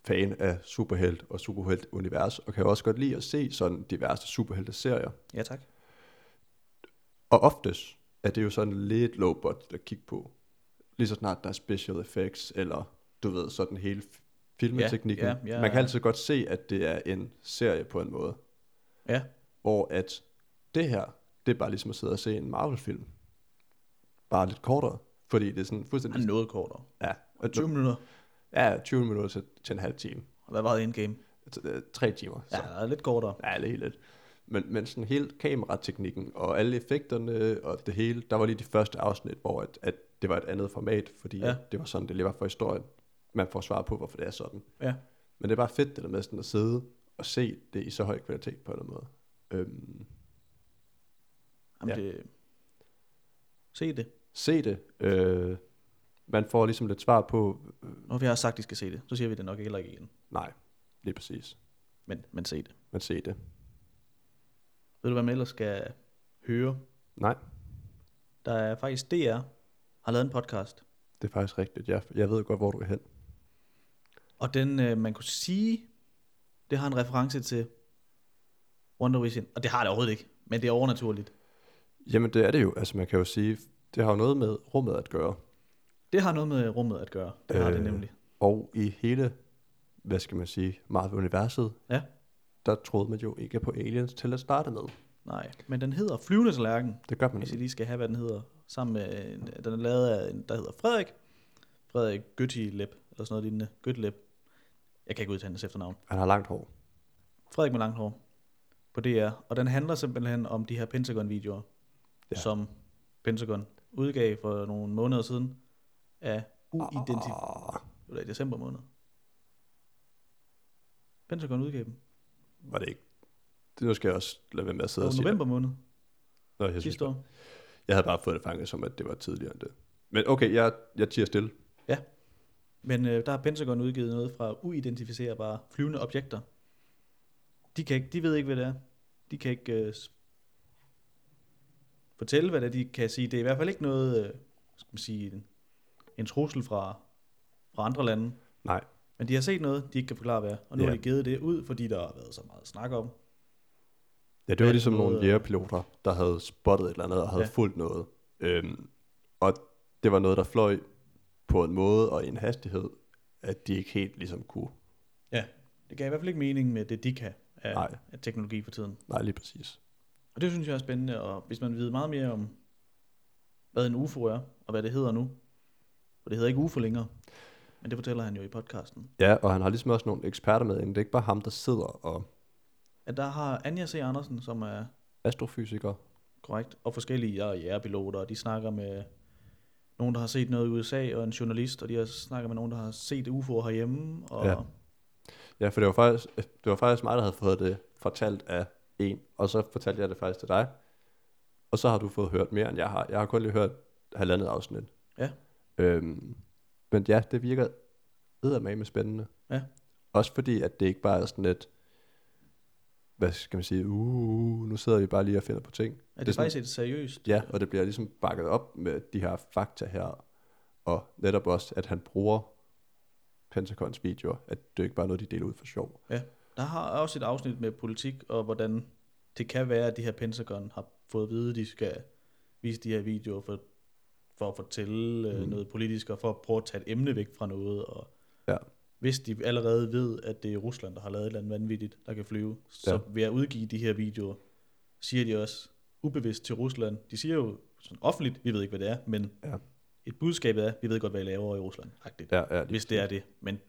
[SPEAKER 1] fan af superhelt og superhelt-univers, og kan jo også godt lide at se sådan diverse superhelte-serier.
[SPEAKER 2] Ja, tak.
[SPEAKER 1] Og oftest er det jo sådan lidt low budget at kigge på. Lige så snart der er special effects, eller du ved, sådan hele f- filmteknikken.
[SPEAKER 2] Ja, ja, ja.
[SPEAKER 1] Man kan altid godt se, at det er en serie på en måde,
[SPEAKER 2] Ja,
[SPEAKER 1] hvor at det her, det er bare ligesom at sidde og se en Marvel-film. Bare lidt kortere, fordi det er sådan
[SPEAKER 2] han
[SPEAKER 1] fuldstændig
[SPEAKER 2] er noget kortere.
[SPEAKER 1] Ja, og
[SPEAKER 2] 20 minutter.
[SPEAKER 1] ja 20 minutter til, til en halv time.
[SPEAKER 2] Og Hvad var det Endgame?
[SPEAKER 1] T- øh, Tre timer.
[SPEAKER 2] Ja,
[SPEAKER 1] Så.
[SPEAKER 2] der er lidt kortere.
[SPEAKER 1] Ja, det er helt lidt. Men, men sådan hele kamerateknikken og alle effekterne og det hele, der var lige de første afsnit, hvor at, at det var et andet format, fordi
[SPEAKER 2] Ja.
[SPEAKER 1] ja. det var sådan, det lige var for historien. Man får svar på, hvorfor det er sådan.
[SPEAKER 2] Ja.
[SPEAKER 1] Men det er bare fedt, det der med sådan at sidde og se det i så høj kvalitet på en eller anden måde. Øhm,
[SPEAKER 2] Jamen,
[SPEAKER 1] Ja.
[SPEAKER 2] ja. det... Se det.
[SPEAKER 1] se det. Øh, man får ligesom lidt svar på, øh,
[SPEAKER 2] Når vi har sagt, at I skal se det, så siger vi det nok heller ikke igen.
[SPEAKER 1] nej, lige præcis.
[SPEAKER 2] Men, men se det.
[SPEAKER 1] Men se det.
[SPEAKER 2] Ved du, hvad man ellers skal høre?
[SPEAKER 1] Nej.
[SPEAKER 2] Der er faktisk DR, har lavet en podcast.
[SPEAKER 1] Det er faktisk rigtigt. Jeg, jeg ved godt, hvor du er hen.
[SPEAKER 2] Og den, øh, man kunne sige, det har en reference til Wonder Vision. Og det har det overhovedet ikke, men det er overnaturligt.
[SPEAKER 1] Jamen det er det jo. Altså man kan jo sige, det har jo noget med rummet at gøre.
[SPEAKER 2] Det har noget med rummet at gøre. Det øh. har det
[SPEAKER 1] Øh.
[SPEAKER 2] nemlig.
[SPEAKER 1] Og i hele, hvad skal man sige, Marvel-universet,
[SPEAKER 2] Ja.
[SPEAKER 1] der troede man jo ikke på aliens til at starte med.
[SPEAKER 2] Nej, men den hedder Flyvende Tallerken,
[SPEAKER 1] Det gør man
[SPEAKER 2] hvis I
[SPEAKER 1] ikke.
[SPEAKER 2] lige skal have, hvad den hedder. Sammen med, en- den er lavet af en, der hedder Frederik. Frederik Gøttileb, eller sådan noget lignende. Gøttileb. Jeg kan ikke udtale hans efternavn.
[SPEAKER 1] Han har langt hår.
[SPEAKER 2] Frederik med langt hår på DR, og den handler simpelthen om de her
[SPEAKER 1] Ja.
[SPEAKER 2] Pentagon-videoer, ja. som Pentagon udgav for nogle måneder siden af uidentificeret,
[SPEAKER 1] Ah,
[SPEAKER 2] eller i december måned. Pentagon udgav dem
[SPEAKER 1] var det ikke? Det nu skal jeg også lade være med at
[SPEAKER 2] i
[SPEAKER 1] sidde og sige.
[SPEAKER 2] november måned
[SPEAKER 1] Nå, jeg, synes,
[SPEAKER 2] sidste år.
[SPEAKER 1] jeg havde bare fået det fanget som, at det var tidligere end det. Men okay, jeg, jeg tiger stille.
[SPEAKER 2] Men øh, der har Pentagon udgivet noget fra uidentificerbare flyvende objekter. De, kan ikke, de ved ikke, hvad det er. De kan ikke øh, s- fortælle, hvad det er, de kan sige. Det er i hvert fald ikke noget, øh, skal man sige, en, en trussel fra, fra andre lande.
[SPEAKER 1] Nej.
[SPEAKER 2] Men de har set noget, de ikke kan forklare, hvad er. Og nu
[SPEAKER 1] Ja.
[SPEAKER 2] har de givet det ud, fordi der har været så meget snak om.
[SPEAKER 1] Ja, det var
[SPEAKER 2] Alt
[SPEAKER 1] ligesom nogle
[SPEAKER 2] noget-
[SPEAKER 1] jægerpiloter, der havde spottet et eller andet og havde ja.
[SPEAKER 2] Ja.
[SPEAKER 1] fulgt noget. Øhm, og det var noget, der fløj på en måde og i en hastighed, at de ikke helt ligesom kunne.
[SPEAKER 2] Ja. Det gav i hvert fald ikke mening med det, de kan af,
[SPEAKER 1] Nej.
[SPEAKER 2] af teknologi for tiden.
[SPEAKER 1] Nej, lige præcis.
[SPEAKER 2] Og det synes jeg er spændende, og hvis man ved meget mere om, hvad en UFO er, og hvad det hedder nu, for det hedder ikke UFO længere, men det fortæller han jo i podcasten,
[SPEAKER 1] Ja, og han har ligesom også nogle eksperter med inden. Det er ikke bare ham, der sidder og
[SPEAKER 2] at der har Anja C. Andersen, som er
[SPEAKER 1] astrofysiker.
[SPEAKER 2] korrekt, og forskellige ja- jægerpiloter, og de snakker med nogen, der har set noget i USA, og en journalist, og de har snakker med nogen, der har set UFO'er herhjemme, og
[SPEAKER 1] Ja.
[SPEAKER 2] ja.
[SPEAKER 1] Ja, for det var, faktisk, det var faktisk mig, der havde fået det fortalt af en, og så fortalte jeg det faktisk til dig. Og så har du fået hørt mere, end jeg har. Jeg har kun lige hørt halvandet afsnit.
[SPEAKER 2] Ja.
[SPEAKER 1] Øhm, men ja, det virker eddermame spændende.
[SPEAKER 2] Ja.
[SPEAKER 1] Også fordi, at det ikke bare er sådan lidt, hvad skal man sige, uh, uh, nu sidder vi bare lige og finder på ting.
[SPEAKER 2] at det
[SPEAKER 1] er
[SPEAKER 2] er
[SPEAKER 1] sådan-
[SPEAKER 2] faktisk et seriøst.
[SPEAKER 1] Ja, og det bliver ligesom bakket op med de her fakta her, og netop også, at han bruger Pentagons videoer, at det ikke bare er noget, de deler ud for sjov.
[SPEAKER 2] Der har også et afsnit med politik, og hvordan det kan være, at de her Pentagon har fået at vide, at de skal vise de her videoer for, for at fortælle
[SPEAKER 1] Mm.
[SPEAKER 2] mm. noget politisk, og for at prøve at tage et emne væk fra noget. Og
[SPEAKER 1] Ja.
[SPEAKER 2] Hvis de allerede ved, at det er Rusland, der har lavet et eller andet vanvittigt, der kan flyve, så
[SPEAKER 1] Ja.
[SPEAKER 2] ja. ved at udgive de her videoer, siger de også ubevidst til Rusland. De siger jo sådan offentligt, vi ved ikke, hvad det er, men
[SPEAKER 1] Ja.
[SPEAKER 2] et budskab er, vi ved godt, hvad I laver i Rusland, agtigt,
[SPEAKER 1] Ja, ja, lige
[SPEAKER 2] hvis det er det. Men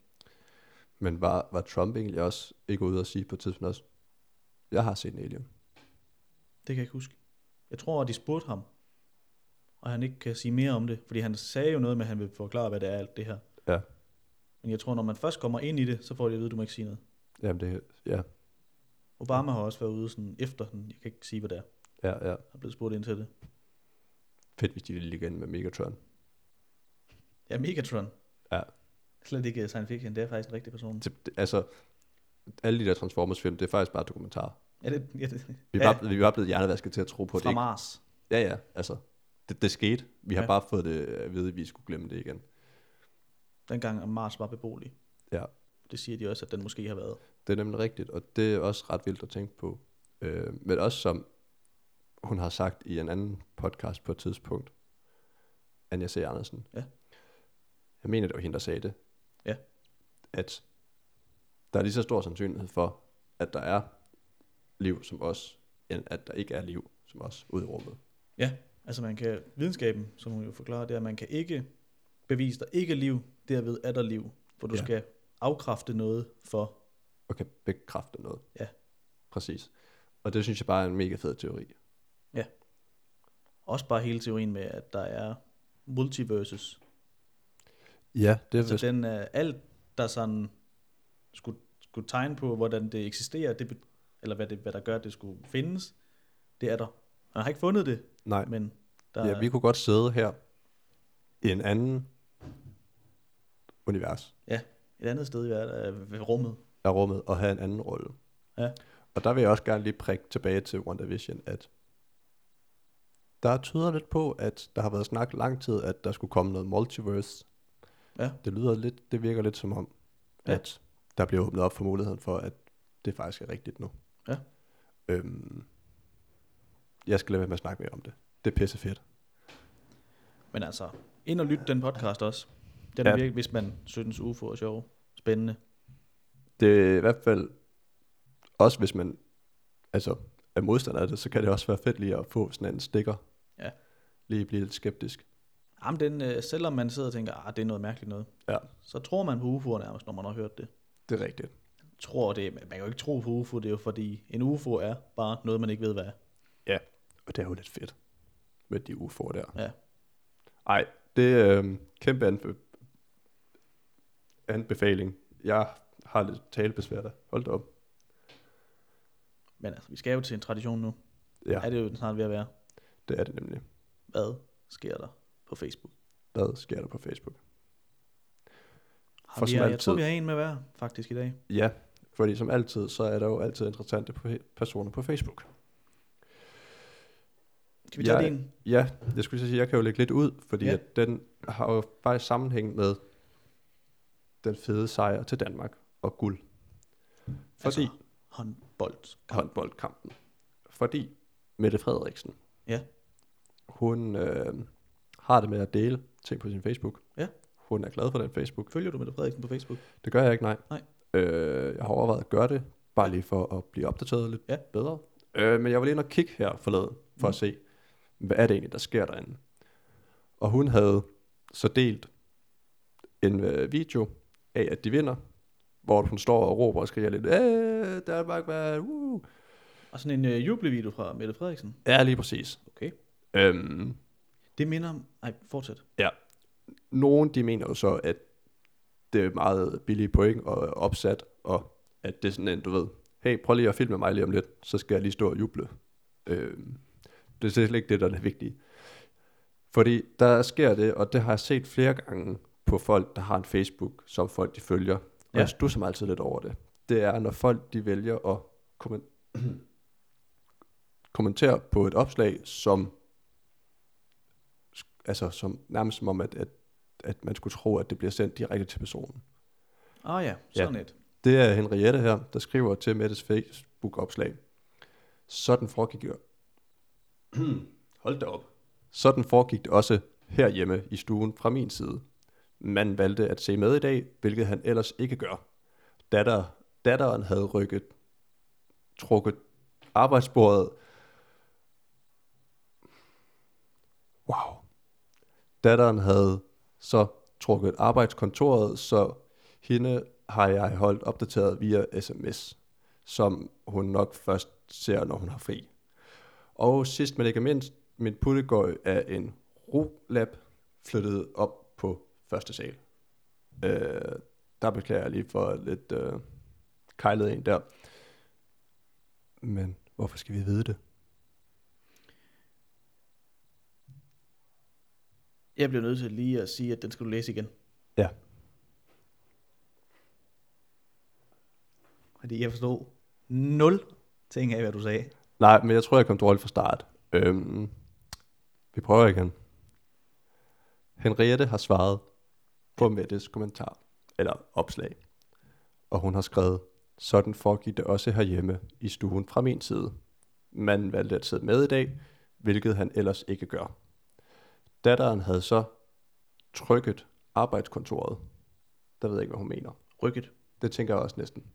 [SPEAKER 1] Men var, var Trump egentlig også ikke ude at sige på et tidspunkt også, jeg har set en alien.
[SPEAKER 2] Det kan jeg ikke huske. Jeg tror, at de spurgte ham, og han ikke kan sige mere om det, fordi han sagde jo noget med, at han vil forklare, hvad det er alt det her.
[SPEAKER 1] Ja.
[SPEAKER 2] Men jeg tror, når man først kommer ind i det, så får de at vide, at du må ikke sige noget.
[SPEAKER 1] Jamen det, ja,
[SPEAKER 2] Obama har også været ude sådan efter den. Jeg kan ikke sige, hvad det er.
[SPEAKER 1] ja, ja.
[SPEAKER 2] Han er blevet spurgt ind til det.
[SPEAKER 1] Fedt, hvis de ville igen med Megatron.
[SPEAKER 2] Ja, Megatron.
[SPEAKER 1] Ja.
[SPEAKER 2] Slet ikke science fiction, det er faktisk en rigtig person.
[SPEAKER 1] Det, det, altså, alle de der Transformers-film, det er faktisk bare dokumentarer.
[SPEAKER 2] Ja, det, ja, det,
[SPEAKER 1] Vi er,
[SPEAKER 2] ja,
[SPEAKER 1] ja. bare, vi er bare blevet hjernevasket til at tro på det.
[SPEAKER 2] fra
[SPEAKER 1] Ikke?
[SPEAKER 2] Mars.
[SPEAKER 1] Ja, ja, altså, det, det skete. Vi har ja.
[SPEAKER 2] Ja.
[SPEAKER 1] bare fået det at vide, at vi skulle glemme det igen.
[SPEAKER 2] Dengang at Mars var beboelig.
[SPEAKER 1] Ja.
[SPEAKER 2] Det siger de også, at den måske har været.
[SPEAKER 1] Det er nemlig rigtigt, og det er også ret vildt at tænke på. Øh, men også som hun har sagt i en anden podcast på et tidspunkt, Anja C. Andersen.
[SPEAKER 2] Ja.
[SPEAKER 1] Jeg mener, det var hende, der sagde det.
[SPEAKER 2] Ja.
[SPEAKER 1] At der er lige så stor sandsynlighed for, at der er liv som os, end at der ikke er liv som os ude i rummet.
[SPEAKER 2] Altså man kan, videnskaben, som hun jo forklarer, det er, at man kan ikke bevise, der ikke er liv, derved er der liv. For du
[SPEAKER 1] Ja.
[SPEAKER 2] ja. skal afkræfte noget for,
[SPEAKER 1] Og kan bekræfte noget.
[SPEAKER 2] Ja.
[SPEAKER 1] Præcis. Og det synes jeg bare er en mega fed teori.
[SPEAKER 2] også bare hele teorien med, at der er multiverses.
[SPEAKER 1] Ja, det er
[SPEAKER 2] Så den er alt, der sådan skulle, skulle tegne på, hvordan det eksisterer, det, be- eller hvad, det, hvad der gør, at det skulle findes, det er der. Man har ikke fundet det,
[SPEAKER 1] Nej,
[SPEAKER 2] men der
[SPEAKER 1] Ja, vi kunne godt sidde her i en anden univers
[SPEAKER 2] er et andet sted i verden, øh, ved rummet.
[SPEAKER 1] af rummet og have en anden rolle.
[SPEAKER 2] Ja.
[SPEAKER 1] Og der vil jeg også gerne lige prikke tilbage til WandaVision, at der tyder lidt på, at der har været snak lang tid, at der skulle komme noget multiverse.
[SPEAKER 2] Ja.
[SPEAKER 1] Det lyder lidt, det virker lidt som om,
[SPEAKER 2] Ja.
[SPEAKER 1] at der bliver åbnet op for muligheden for, at det faktisk er rigtigt nu.
[SPEAKER 2] Ja.
[SPEAKER 1] Øhm, jeg skal lade være med at snakke mere om det. Det er pisse fedt.
[SPEAKER 2] Men altså, ind og lyt den podcast også. Den er
[SPEAKER 1] Ja.
[SPEAKER 2] virkelig, hvis man synes UFO er sjov. Spændende.
[SPEAKER 1] Det er i hvert fald, også hvis man altså, er modstander af det, så kan det også være fedt lige at få sådan en stikker.
[SPEAKER 2] Ja.
[SPEAKER 1] Lige blive lidt skeptisk.
[SPEAKER 2] Jamen, den, øh, selvom man sidder og tænker, ah, det er noget mærkeligt noget,
[SPEAKER 1] Ja.
[SPEAKER 2] så tror man på UFO'er nærmest, når man har hørt det.
[SPEAKER 1] Det er rigtigt.
[SPEAKER 2] Tror det, men man kan jo ikke tro på UFO, det er jo fordi, en UFO er bare noget, man ikke ved, hvad er.
[SPEAKER 1] Ja. Og det er jo lidt fedt med de UFO'er der.
[SPEAKER 2] Ja.
[SPEAKER 1] Ej, det er øh, kæmpe anbe- anbefaling. Jeg har lidt talebesvær der. Hold da op.
[SPEAKER 2] Men altså, vi skal jo til en tradition nu.
[SPEAKER 1] Ja,
[SPEAKER 2] Ja. Er det jo snart ved at være.
[SPEAKER 1] det er det nemlig.
[SPEAKER 2] Hvad sker der på Facebook?
[SPEAKER 1] Hvad sker der på Facebook?
[SPEAKER 2] Har
[SPEAKER 1] For
[SPEAKER 2] vi,
[SPEAKER 1] som
[SPEAKER 2] jeg, jeg
[SPEAKER 1] altid.
[SPEAKER 2] tror, vi har en med hver, faktisk i dag.
[SPEAKER 1] Ja, fordi som altid, så er der jo altid interessante pe- personer på Facebook.
[SPEAKER 2] Skal vi tage
[SPEAKER 1] Jeg-
[SPEAKER 2] ja. din?
[SPEAKER 1] Ja, jeg skulle så sige, jeg kan jo lægge lidt ud, fordi
[SPEAKER 2] Ja.
[SPEAKER 1] ja. at den har jo faktisk sammenhæng med den fede sejr til Danmark og guld. Fordi altså.
[SPEAKER 2] Altså, håndbold.
[SPEAKER 1] håndboldkampen. Fordi Mette Frederiksen,
[SPEAKER 2] Ja.
[SPEAKER 1] hun øh, har det med at dele ting på sin Facebook.
[SPEAKER 2] Ja.
[SPEAKER 1] Hun er glad for den Facebook.
[SPEAKER 2] Følger du Mette Frederiksen på Facebook?
[SPEAKER 1] Det gør jeg ikke, nej.
[SPEAKER 2] Nej.
[SPEAKER 1] Øh, jeg har overvejet at gøre det, bare lige for at blive opdateret lidt
[SPEAKER 2] Ja.
[SPEAKER 1] ja. bedre. Øh, men jeg var lige inde og kigge her forleden, for mm. at se, hvad er det egentlig, der sker derinde. Og hun havde så delt en øh, video af, at de vinder, hvor hun står og råber og skriger lidt, Æh, Danmark, hvad, uh.
[SPEAKER 2] Og sådan en øh, jublevideo fra Mette Frederiksen.
[SPEAKER 1] Ja, lige præcis.
[SPEAKER 2] Okay.
[SPEAKER 1] Øhm,
[SPEAKER 2] Det minder om... Ej, fortsæt.
[SPEAKER 1] ja. Nogen, de mener jo så, at det er meget billige point og er opsat, og at det er sådan en, du ved, hey, prøv lige at filme mig lige om lidt, så skal jeg lige stå og juble. Øhm, det er slet ikke det, der er det vigtige. Fordi der sker det, og det har jeg set flere gange på folk, der har en Facebook, som folk de følger. Og
[SPEAKER 2] Ja.
[SPEAKER 1] ja. jeg stusser mig altid lidt over det. Det er, når folk de vælger at kommen- kommentere på et opslag, som altså som, nærmest som om, at, at, at man skulle tro, at det bliver sendt direkte til personen.
[SPEAKER 2] Ah ja, sådan ja. et.
[SPEAKER 1] Det er Henriette her, der skriver til Mettes Facebook-opslag. Sådan foregik jo... Hold da op. Sådan foregik det også herhjemme i stuen fra min side. Manden valgte at se med i dag, hvilket han ellers ikke gør. Datter, datteren havde rykket, trukket arbejdsbordet. Wow. Datteren havde så trukket arbejdskontoret, så hende har jeg holdt opdateret via sms, som hun nok først ser, når hun har fri. Og sidst men ikke mindst, min puttegøj af en rolab flyttede op på første sal. Øh, der beklager jeg lige for lidt øh, kejlet en der. Men hvorfor skal vi vide det?
[SPEAKER 2] Jeg bliver nødt til lige at sige, at den skal du læse igen.
[SPEAKER 1] Ja.
[SPEAKER 2] Fordi jeg forstod nul ting af, hvad du sagde.
[SPEAKER 1] Nej, men jeg tror, jeg kom dårligt fra start. Øhm, vi prøver igen. Henriette har svaret på Mettes kommentar, eller opslag. Og hun har skrevet, sådan foregik det også herhjemme i stuen fra min side. Manden valgte at sidde med i dag, hvilket han ellers ikke gør. Datteren havde så trykket arbejdskontoret. Der ved jeg ikke, hvad hun mener.
[SPEAKER 2] Rykket.
[SPEAKER 1] Det tænker jeg også næsten.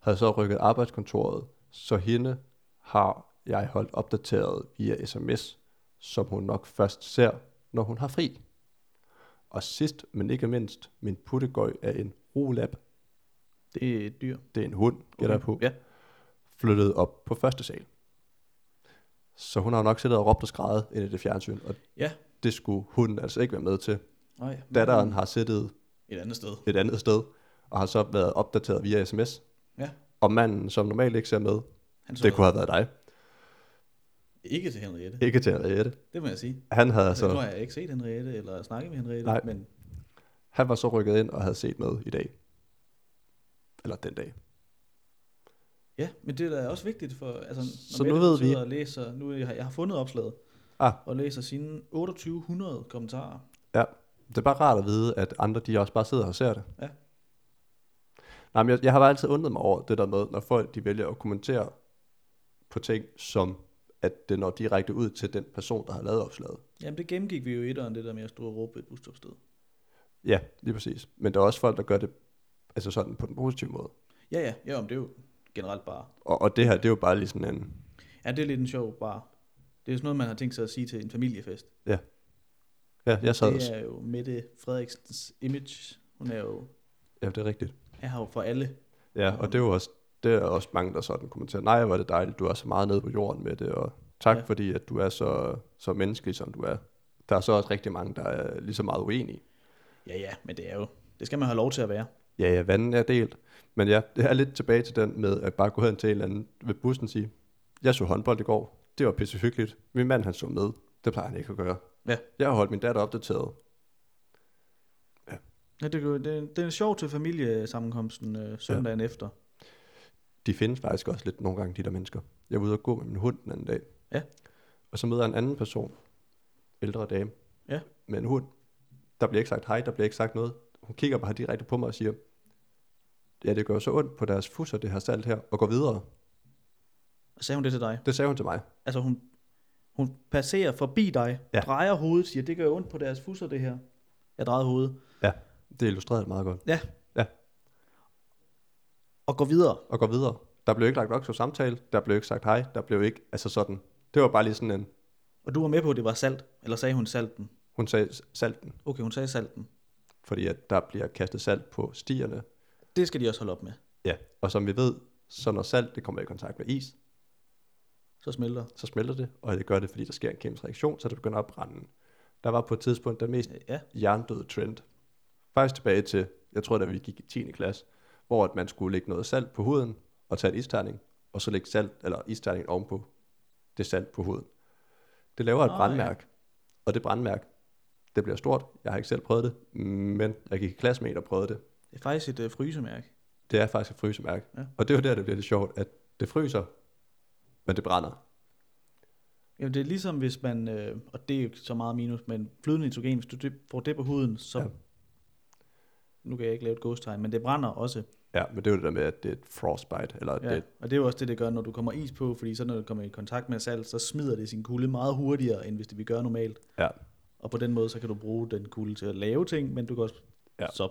[SPEAKER 1] Havde så rykket arbejdskontoret, så hende har jeg holdt opdateret via sms, som hun nok først ser, når hun har fri. Og sidst, men ikke mindst, min puttegøj er en rolab,
[SPEAKER 2] Det er et dyr.
[SPEAKER 1] det er en hund, gætter jeg på,
[SPEAKER 2] Okay. Ja.
[SPEAKER 1] flyttede op på første sal. Så hun har jo nok siddet og råbt og skrejet ind i det fjernsyn, og
[SPEAKER 2] Ja.
[SPEAKER 1] det skulle hunden altså ikke være med til.
[SPEAKER 2] Nej.
[SPEAKER 1] Datteren har siddet
[SPEAKER 2] Et andet sted.
[SPEAKER 1] et andet sted, og har så været opdateret via sms.
[SPEAKER 2] Ja.
[SPEAKER 1] Og manden, som normalt ikke ser med,
[SPEAKER 2] Han så
[SPEAKER 1] Det kunne have været dig.
[SPEAKER 2] Ikke til Henriette.
[SPEAKER 1] Ikke til Henriette.
[SPEAKER 2] Det må jeg sige.
[SPEAKER 1] Han, havde
[SPEAKER 2] Altså... Jeg tror,
[SPEAKER 1] altså,
[SPEAKER 2] jeg har ikke set Henriette eller snakket med Henriette.
[SPEAKER 1] Nej.
[SPEAKER 2] Men
[SPEAKER 1] han var så rykket ind og havde set med i dag. Eller den dag.
[SPEAKER 2] ja, men det er da også vigtigt for... Altså, når
[SPEAKER 1] Så nu
[SPEAKER 2] Mette,
[SPEAKER 1] ved
[SPEAKER 2] hun sidder
[SPEAKER 1] vi-
[SPEAKER 2] Og læser, nu jeg har jeg har fundet opslaget.
[SPEAKER 1] Ah.
[SPEAKER 2] Og læser sine 2800 kommentarer.
[SPEAKER 1] Ja, det er bare rart at vide, at andre de også bare sidder og ser det.
[SPEAKER 2] Ja.
[SPEAKER 1] Nej, men jeg, jeg har bare altid undret mig over det der med, når folk de vælger at kommentere på ting, som at det når direkte ud til den person, der har lavet opslaget.
[SPEAKER 2] Jamen det gennemgik vi jo i etteren, det der med at stå og råbe ved et busstopsted.
[SPEAKER 1] Ja, lige præcis. Men der er også folk, der gør det altså sådan på den positive måde.
[SPEAKER 2] Ja, ja, ja, men det er jo generelt bare.
[SPEAKER 1] Og, og det her, det er jo bare lige sådan en,
[SPEAKER 2] Ja, det er lidt en sjov bar. Det er jo sådan noget, man har tænkt sig at sige til en familiefest.
[SPEAKER 1] Ja, jeg sad også.
[SPEAKER 2] Det er jo Mette Frederiksens image. Hun er jo,
[SPEAKER 1] Ja, det er rigtigt.
[SPEAKER 2] er her jo for alle.
[SPEAKER 1] Ja, og det er jo også, det er også mange, der sådan kommenterer, nej, hvor er det dejligt, du er så meget nede på jorden med det, og tak
[SPEAKER 2] Ja.
[SPEAKER 1] ja. fordi, at du er så, så menneskelig, som du er. Der er så også rigtig mange, der er lige så meget uenige.
[SPEAKER 2] Ja, ja, men det er jo, det skal man have lov til at være.
[SPEAKER 1] Ja, ja, vandet er delt. Men ja, det er lidt tilbage til den med at bare gå hen til en eller anden ved bussen og sige, jeg så håndbold i går, det var pisse hyggeligt, min mand han så med, det plejer han ikke at gøre.
[SPEAKER 2] Ja.
[SPEAKER 1] Jeg har holdt min datter opdateret.
[SPEAKER 2] Ja, det, er jo- det, det er sjovt til familiesammenkomsten øh, søndagen ja. efter.
[SPEAKER 1] De findes faktisk også lidt nogle gange, de der mennesker. Jeg var ude og gå med min hund den anden dag.
[SPEAKER 2] Ja.
[SPEAKER 1] Og så møder jeg en anden person, ældre dame,
[SPEAKER 2] Ja.
[SPEAKER 1] med en hund. Der bliver ikke sagt hej, der bliver ikke sagt noget. Hun kigger bare direkte på mig og siger, ja, det gør så ondt på deres fusser, det her salt her, og går videre.
[SPEAKER 2] Og sagde hun det til dig?
[SPEAKER 1] Det sagde hun til mig.
[SPEAKER 2] Altså hun, hun passerer forbi dig, ja.
[SPEAKER 1] Ja.
[SPEAKER 2] drejer hovedet, siger, det gør jo ondt på deres fusser det her. Jeg drejede hovedet.
[SPEAKER 1] Det illustrerede det meget godt.
[SPEAKER 2] Ja.
[SPEAKER 1] Ja.
[SPEAKER 2] Og går videre.
[SPEAKER 1] Og går videre. Der blev ikke lagt nok til samtale, der blev ikke sagt hej, der blev ikke, altså sådan. Det var bare lige sådan en,
[SPEAKER 2] Og du var med på, at det var salt. Eller sagde hun salten?
[SPEAKER 1] hun sagde salten,
[SPEAKER 2] Okay, hun sagde salten.
[SPEAKER 1] fordi at der bliver kastet salt på stierne.
[SPEAKER 2] Det skal de også holde op med.
[SPEAKER 1] Ja. Og som vi ved, så når salt det kommer i kontakt med is,
[SPEAKER 2] Så smelter.
[SPEAKER 1] så smelter det, og det gør det, fordi der sker en kemisk reaktion, så det begynder at brænde. Der var på et tidspunkt den mest
[SPEAKER 2] Øh, Ja.
[SPEAKER 1] jerndøde trend. Faktisk tilbage til, jeg tror da vi gik i 10. klasse, hvor at man skulle lægge noget salt på huden og tage en isterning, og så lægge salt, eller isterningen ovenpå det salt på huden. Det laver et oh,
[SPEAKER 2] Nå, ja.
[SPEAKER 1] brandmærke, og det brandmærke, det bliver stort. Jeg har ikke selv prøvet det, men jeg gik i klasse med en, der prøvede det.
[SPEAKER 2] Det er faktisk et øh, frysemærke.
[SPEAKER 1] Det er faktisk et frysemærke.
[SPEAKER 2] Ja.
[SPEAKER 1] Ja. Og det er jo der, det bliver lidt sjovt, at det fryser, men det brænder.
[SPEAKER 2] Jamen, det er ligesom hvis man, øh, og det er jo ikke så meget minus, men flydende nitrogen, hvis du dyp- får det på huden, så... Ja.
[SPEAKER 1] Ja.
[SPEAKER 2] Nu kan jeg ikke lave et gåstegn, men det brænder også.
[SPEAKER 1] Ja, men det er jo det der med, at det er et frostbite, eller ja.
[SPEAKER 2] Ja.
[SPEAKER 1] det,
[SPEAKER 2] Og det er jo også det, det gør, når du kommer is på, fordi så når du kommer i kontakt med salt, så smider det sin kulde meget hurtigere, end hvis det vi gør normalt.
[SPEAKER 1] Ja.
[SPEAKER 2] Og på den måde, så kan du bruge den kulde til at lave ting, men du kan også ja.
[SPEAKER 1] Ja.
[SPEAKER 2] så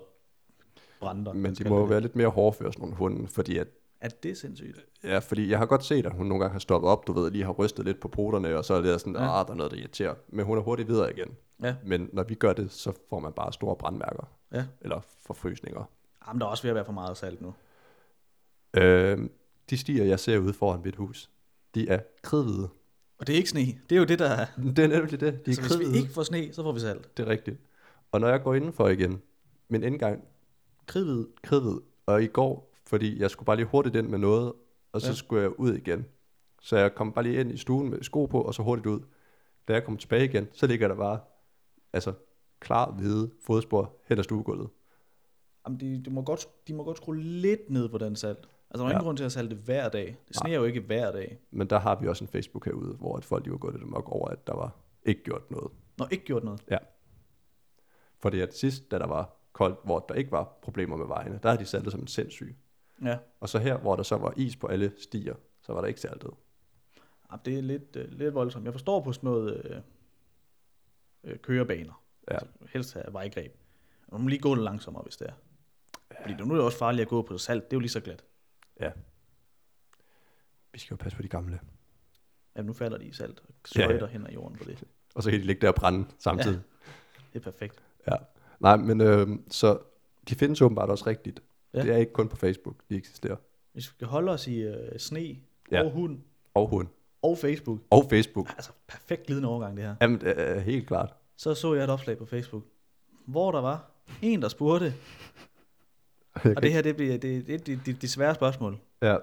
[SPEAKER 2] brænde dig.
[SPEAKER 1] Men
[SPEAKER 2] Man
[SPEAKER 1] de
[SPEAKER 2] skal
[SPEAKER 1] må jo
[SPEAKER 2] lade-
[SPEAKER 1] være lidt mere hårdføre, sådan nogle hunde, fordi at,
[SPEAKER 2] Er det sindssygt?
[SPEAKER 1] ja, fordi jeg har godt set, at hun nogle gange har stoppet op, du ved, lige har rystet lidt på poterne, og så er det sådan,
[SPEAKER 2] Ja.
[SPEAKER 1] ja. ah, der er noget, der irriterer. Men hun er hurtigt videre igen.
[SPEAKER 2] Ja.
[SPEAKER 1] Men når vi gør det, så får man bare store brandmærker,
[SPEAKER 2] Ja.
[SPEAKER 1] eller forfrysninger.
[SPEAKER 2] Jamen, der er også ved at være for meget salt nu.
[SPEAKER 1] Øh, de stier, jeg ser ude foran mit hus, de er kridhvide.
[SPEAKER 2] Og det er ikke sne. Det er jo det, der er.
[SPEAKER 1] Det er nemlig det, de er
[SPEAKER 2] Så hvis vi
[SPEAKER 1] kridhvide.
[SPEAKER 2] ikke får sne, så får vi salt.
[SPEAKER 1] Det er rigtigt. Og når jeg går indenfor igen, min indgang,
[SPEAKER 2] Kridhvid.
[SPEAKER 1] kridhvid. Og i går, fordi jeg skulle bare lige hurtigt ind med noget, og så
[SPEAKER 2] Ja.
[SPEAKER 1] ja. skulle jeg ud igen. Så jeg kom bare lige ind i stuen med sko på, og så hurtigt ud. Da jeg kom tilbage igen, så ligger der bare, altså, klar hvide fodspor hen ad stuegulvet.
[SPEAKER 2] Jamen, de, de, må godt, de må godt skrue lidt ned på den salt. Altså, der er ja. ingen
[SPEAKER 1] Ja.
[SPEAKER 2] grund til at salte hver dag. Det sneer jo ikke hver dag.
[SPEAKER 1] Men der har vi også en Facebook herude, hvor at folk de var gået lidt amok over, at der var ikke gjort noget.
[SPEAKER 2] Nå, ikke gjort noget.
[SPEAKER 1] Fordi at sidst, da der var koldt, hvor der ikke var problemer med vejene, der havde de saltet som en sindssyg.
[SPEAKER 2] Ja.
[SPEAKER 1] Og så her, hvor der så var is på alle stier, så var der ikke saltet.
[SPEAKER 2] Jamen, det er lidt, øh, lidt voldsomt. Jeg forstår på sådan noget øh, øh, kørebaner. Altså,
[SPEAKER 1] Ja.
[SPEAKER 2] helst have vejgreb. Man må lige gå lidt langsommere, hvis det er. Ja. Fordi nu er det også farligt at gå på salt. Det er jo lige så glat.
[SPEAKER 1] Vi skal jo passe på de gamle.
[SPEAKER 2] Jamen, nu falder de i salt og
[SPEAKER 1] Ja, ja.
[SPEAKER 2] søjter ja, ja. hen ad jorden på det.
[SPEAKER 1] Og så kan de ligge der og brænde samtidig.
[SPEAKER 2] Ja. Det er perfekt.
[SPEAKER 1] Ja. Nej, men øh, så de findes åbenbart også rigtigt.
[SPEAKER 2] Ja.
[SPEAKER 1] Ja. Det er ikke kun på Facebook, de eksisterer.
[SPEAKER 2] Hvis vi skal holde os i øh, sne ja.
[SPEAKER 1] Ja.
[SPEAKER 2] og hund
[SPEAKER 1] Og hun.
[SPEAKER 2] og Facebook.
[SPEAKER 1] Og Facebook.
[SPEAKER 2] Altså, perfekt glidende overgang, det her.
[SPEAKER 1] Jamen, det er helt klart.
[SPEAKER 2] Så så jeg et opslag på Facebook, hvor der var en, der spurgte, og det her, det bliver det, det, det, det, det svære spørgsmål.
[SPEAKER 1] Ja,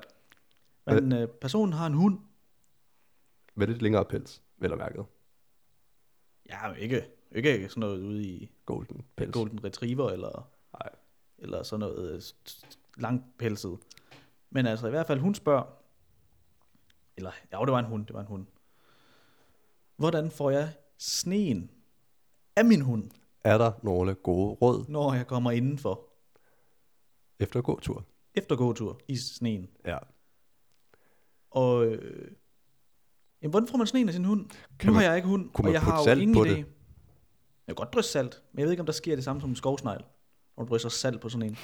[SPEAKER 2] Men øh, personen har en hund.
[SPEAKER 1] med lidt længere pels, vel og mærket.
[SPEAKER 2] Ja, men ikke, ikke sådan noget ude i
[SPEAKER 1] Golden pels.
[SPEAKER 2] Golden Retriever, eller,
[SPEAKER 1] Nej.
[SPEAKER 2] eller sådan noget øh, st- st- langpelset. Men altså, i hvert fald, hun spørger, eller, ja, det var en hund, det var en hund. Hvordan får jeg sneen af min hund,
[SPEAKER 1] Er der nogle gode råd
[SPEAKER 2] når jeg kommer indenfor
[SPEAKER 1] efter gåtur?
[SPEAKER 2] efter gåtur i sneen?
[SPEAKER 1] Ja.
[SPEAKER 2] Og øh, Jamen, hvordan får man sådan en af sin hund?
[SPEAKER 1] Kan
[SPEAKER 2] nu
[SPEAKER 1] man-
[SPEAKER 2] har jeg ikke hund,
[SPEAKER 1] kunne
[SPEAKER 2] og
[SPEAKER 1] man
[SPEAKER 2] jeg
[SPEAKER 1] putte
[SPEAKER 2] har jo
[SPEAKER 1] salt
[SPEAKER 2] ingen
[SPEAKER 1] på
[SPEAKER 2] idé.
[SPEAKER 1] det?
[SPEAKER 2] Jeg kan godt drysse salt, men jeg ved ikke, om der sker det samme som en skovsnegl, når du drysser salt på sådan en.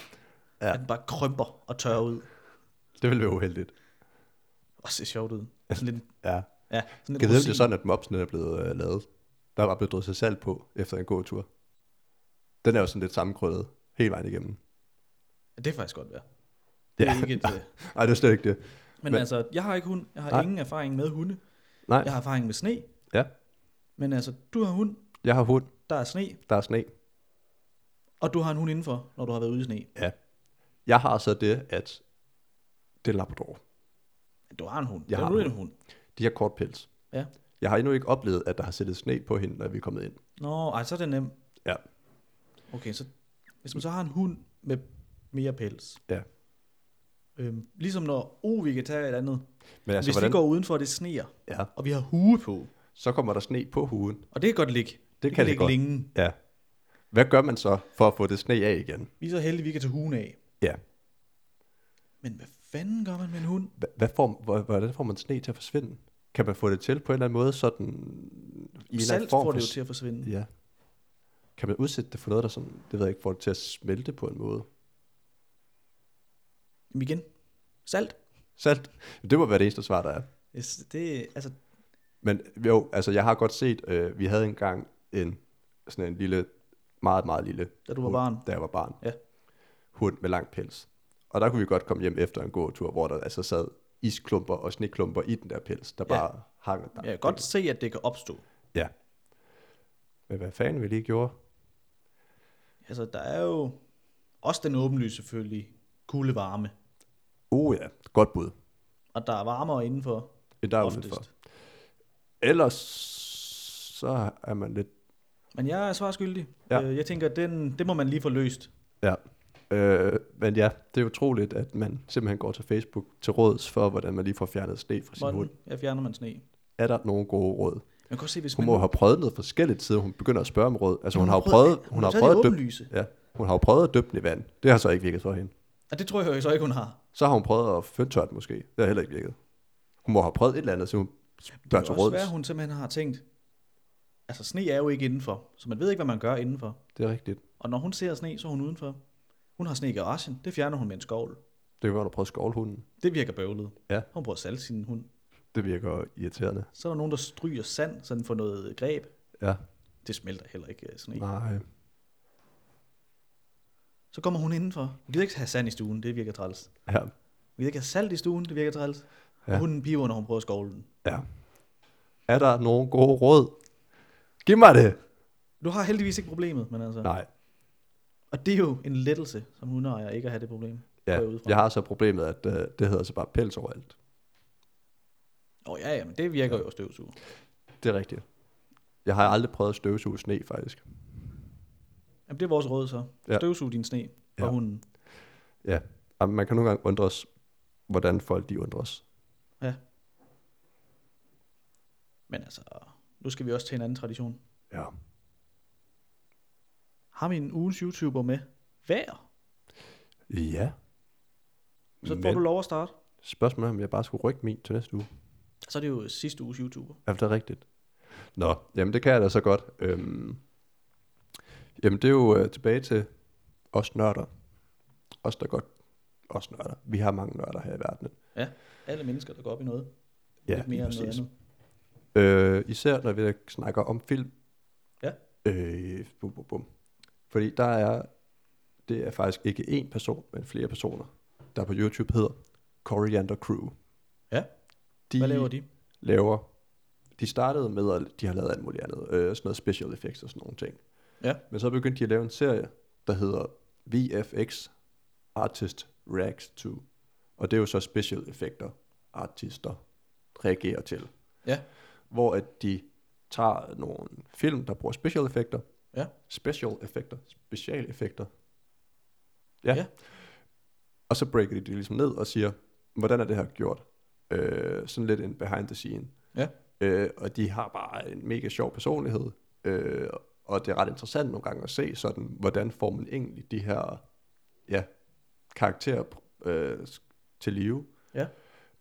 [SPEAKER 1] Ja.
[SPEAKER 2] Ja. At den bare krymper og tørrer ud.
[SPEAKER 1] Det ville være uheldigt.
[SPEAKER 2] Og ser sjovt ud. Sådan lidt,
[SPEAKER 1] Ja.
[SPEAKER 2] ja, sådan lidt
[SPEAKER 1] Kan jeg vide, om det
[SPEAKER 2] rosin.
[SPEAKER 1] er sådan, at mopsene er blevet øh, lavet? Der er bare blevet drysset salt på efter en god tur. Den er jo sådan lidt sammenkrøllet hele vejen igennem.
[SPEAKER 2] Ja, Det kan faktisk godt være.
[SPEAKER 1] Ja.
[SPEAKER 2] Det er ikke et, øh,
[SPEAKER 1] Nej, det er slet ikke det.
[SPEAKER 2] men,
[SPEAKER 1] Men-
[SPEAKER 2] men altså, jeg har ikke hund. Jeg har
[SPEAKER 1] Nej.
[SPEAKER 2] Nej. ingen erfaring med hunde.
[SPEAKER 1] Nej,
[SPEAKER 2] Jeg
[SPEAKER 1] ja.
[SPEAKER 2] har erfaring med sne.
[SPEAKER 1] ja.
[SPEAKER 2] Men altså, du har hund,
[SPEAKER 1] Jeg har hund,
[SPEAKER 2] der er sne,
[SPEAKER 1] der er sne.
[SPEAKER 2] og du har en hund indenfor, når du har været ude i sne.
[SPEAKER 1] Ja. Jeg har så det, at det er en labrador.
[SPEAKER 2] Du har en hund.
[SPEAKER 1] Jeg
[SPEAKER 2] Jeg har
[SPEAKER 1] har
[SPEAKER 2] du
[SPEAKER 1] en
[SPEAKER 2] en hund.
[SPEAKER 1] De har kort pels.
[SPEAKER 2] Ja.
[SPEAKER 1] Jeg har endnu ikke oplevet, at der har sættet sne på hende, når vi er kommet ind.
[SPEAKER 2] Nå, ej, så er det nemt.
[SPEAKER 1] Ja.
[SPEAKER 2] Okay, så hvis man så har en hund med mere pels.
[SPEAKER 1] Ja.
[SPEAKER 2] Øhm, ligesom når oh, vi kan tage et andet.
[SPEAKER 1] Men
[SPEAKER 2] Altså, hvis hvordan? vi går udenfor, og det sneer,
[SPEAKER 1] Ja,
[SPEAKER 2] og vi har hue på,
[SPEAKER 1] så kommer der sne på huden.
[SPEAKER 2] og det kan godt ligge. Det,
[SPEAKER 1] kan det
[SPEAKER 2] ligge
[SPEAKER 1] godt.
[SPEAKER 2] længe.
[SPEAKER 1] Ja. Hvad gør man så for at få det sne af igen?
[SPEAKER 2] Vi er så heldige, vi kan tage huen af.
[SPEAKER 1] Ja.
[SPEAKER 2] Men hvad fanden gør man med en hund?
[SPEAKER 1] Hva- Hvad får, hvor- hvordan får man sne til at forsvinde? Kan man få det til på en eller anden måde, sådan... I en eller anden
[SPEAKER 2] Salt får
[SPEAKER 1] for-
[SPEAKER 2] det jo til at forsvinde.
[SPEAKER 1] Ja. Kan man udsætte det for noget, der sådan, det ved jeg ikke, får det til at smelte på en måde?
[SPEAKER 2] Jamen igen, salt.
[SPEAKER 1] Salt. Det må være det eneste svar, der er.
[SPEAKER 2] Yes, det, altså,
[SPEAKER 1] Men jo, altså jeg har godt set, øh, vi havde engang en, sådan en lille, meget, meget lille
[SPEAKER 2] Da du var
[SPEAKER 1] hund,
[SPEAKER 2] barn.
[SPEAKER 1] Da jeg var barn.
[SPEAKER 2] Ja.
[SPEAKER 1] Hund med lang pels. Og der kunne vi godt komme hjem efter en god tur, hvor der altså sad isklumper og sneklumper i den der pels, der
[SPEAKER 2] Ja.
[SPEAKER 1] bare hang der.
[SPEAKER 2] jeg kan godt se, at det kan opstå.
[SPEAKER 1] Ja. Men hvad fanden vi lige gjorde?
[SPEAKER 2] Altså, der er jo også den åbenlyse selvfølgelig kulde varme,
[SPEAKER 1] Oh ja, godt bud.
[SPEAKER 2] og der er varmere indenfor.
[SPEAKER 1] Det der er
[SPEAKER 2] oftest.
[SPEAKER 1] udenfor. Ellers så er man lidt...
[SPEAKER 2] Men jeg er svarskyldig.
[SPEAKER 1] Ja.
[SPEAKER 2] Ja. Jeg tænker, den, det må man lige få løst.
[SPEAKER 1] Ja. Øh, men ja, det er utroligt, at man simpelthen går til Facebook til råds for, hvordan man lige får fjernet sne fra sin hund.
[SPEAKER 2] Hvordan jeg fjerner man sne.
[SPEAKER 1] er der nogle gode råd?
[SPEAKER 2] Man kan godt se, hvis
[SPEAKER 1] Hun
[SPEAKER 2] man...
[SPEAKER 1] må have prøvet noget forskelligt, siden hun begynder at spørge om råd. Altså hun, har jo prøvet, hun har
[SPEAKER 2] taget
[SPEAKER 1] prøvet
[SPEAKER 2] de
[SPEAKER 1] at dyppe,
[SPEAKER 2] åbenlyse.
[SPEAKER 1] ja, hun har jo prøvet at dyppe den i vand. Det har så ikke virket for hende.
[SPEAKER 2] Og det tror jeg jo så ikke, hun har.
[SPEAKER 1] Så har hun prøvet at føntørre den måske. Det har heller ikke virket. Hun må have prøvet et eller andet, så hun
[SPEAKER 2] Det
[SPEAKER 1] spørger
[SPEAKER 2] kan
[SPEAKER 1] til
[SPEAKER 2] også
[SPEAKER 1] råd.
[SPEAKER 2] være, hun simpelthen har tænkt, altså sne er jo ikke indenfor, så man ved ikke, hvad man gør indenfor.
[SPEAKER 1] Det er rigtigt.
[SPEAKER 2] Og når hun ser sne, så er hun udenfor. Hun har sne i garagen, det fjerner hun med en skovl.
[SPEAKER 1] Det kan være, hun har prøvet skovlhunden.
[SPEAKER 2] Det virker bøvlet.
[SPEAKER 1] Ja.
[SPEAKER 2] Hun prøver at salte sin hund.
[SPEAKER 1] Det virker irriterende.
[SPEAKER 2] Så er der nogen, der stryger sand, så den får noget greb.
[SPEAKER 1] Ja,
[SPEAKER 2] Det smelter heller ikke øh, sne.
[SPEAKER 1] nej.
[SPEAKER 2] Så kommer hun indenfor. Hun gider ikke have sand i stuen, det virker træls.
[SPEAKER 1] Ja,
[SPEAKER 2] Hun gider ikke have salt i stuen, det virker træls.
[SPEAKER 1] Ja.
[SPEAKER 2] Og hunden piver, når hun prøver at skovle den.
[SPEAKER 1] ja. Er der nogle gode råd? Giv mig det!
[SPEAKER 2] Du har heldigvis ikke problemet, men altså...
[SPEAKER 1] Nej.
[SPEAKER 2] Og det er jo en lettelse, som hundeejer, ikke at have det problem.
[SPEAKER 1] Ja,
[SPEAKER 2] går jeg ud fra.
[SPEAKER 1] jeg har så problemet, at øh, det hedder så bare pels overalt.
[SPEAKER 2] Åh oh, ja, ja, men det virker jo at støvsuge.
[SPEAKER 1] Det er rigtigt. Jeg har aldrig prøvet at støvsuge sne, faktisk.
[SPEAKER 2] Jamen det er vores råd så.
[SPEAKER 1] Ja.
[SPEAKER 2] Støvsug din sne
[SPEAKER 1] Ja.
[SPEAKER 2] fra ja. hunden.
[SPEAKER 1] Ja, og man kan nogle gange undres, hvordan folk de undres.
[SPEAKER 2] Ja. Men altså, nu skal vi også til en anden tradition.
[SPEAKER 1] Ja.
[SPEAKER 2] Har vi en ugens YouTuber med hver?
[SPEAKER 1] Ja.
[SPEAKER 2] Så får
[SPEAKER 1] Men
[SPEAKER 2] du lov at starte.
[SPEAKER 1] spørgsmålet er, om jeg bare skulle rykke min til næste uge.
[SPEAKER 2] Så er det jo sidste uges YouTuber.
[SPEAKER 1] Er det rigtigt? Nå, jamen det kan jeg da så godt. Øhm, jamen det er jo øh, tilbage til os nørder. Os der godt. Os nørder. Vi har mange nørder her i verden.
[SPEAKER 2] Ja, alle mennesker, der går op i noget. Lidt
[SPEAKER 1] lige
[SPEAKER 2] mere end noget
[SPEAKER 1] præcis.
[SPEAKER 2] andet.
[SPEAKER 1] Øh, især når vi snakker om film.
[SPEAKER 2] Ja.
[SPEAKER 1] Øh, bum, bum, bum. Fordi der er, det er faktisk ikke én person, men flere personer, der på YouTube hedder Coriander Crew.
[SPEAKER 2] Ja.
[SPEAKER 1] De
[SPEAKER 2] Hvad laver de?
[SPEAKER 1] Laver, de startede med, at de har lavet alt muligt andet, øh, sådan noget special effects og sådan nogle ting.
[SPEAKER 2] Ja.
[SPEAKER 1] Men så begyndte de at lave en serie, der hedder VFX Artist Reacts to. Og det er jo så special effekter, artister reagerer til
[SPEAKER 2] Ja,
[SPEAKER 1] hvor at de tager nogle film, der bruger special effekter,
[SPEAKER 2] ja.
[SPEAKER 1] special effekter, special effekter. Ja. ja.
[SPEAKER 2] Ja.
[SPEAKER 1] Og så breaker de det ligesom ned og siger, hvordan er det her gjort? Øh, sådan lidt en behind the scene.
[SPEAKER 2] Ja.
[SPEAKER 1] Øh, og de har bare en mega sjov personlighed, øh, og det er ret interessant nogle gange at se sådan, hvordan får man egentlig de her ja, karakterer øh, til live.
[SPEAKER 2] Ja.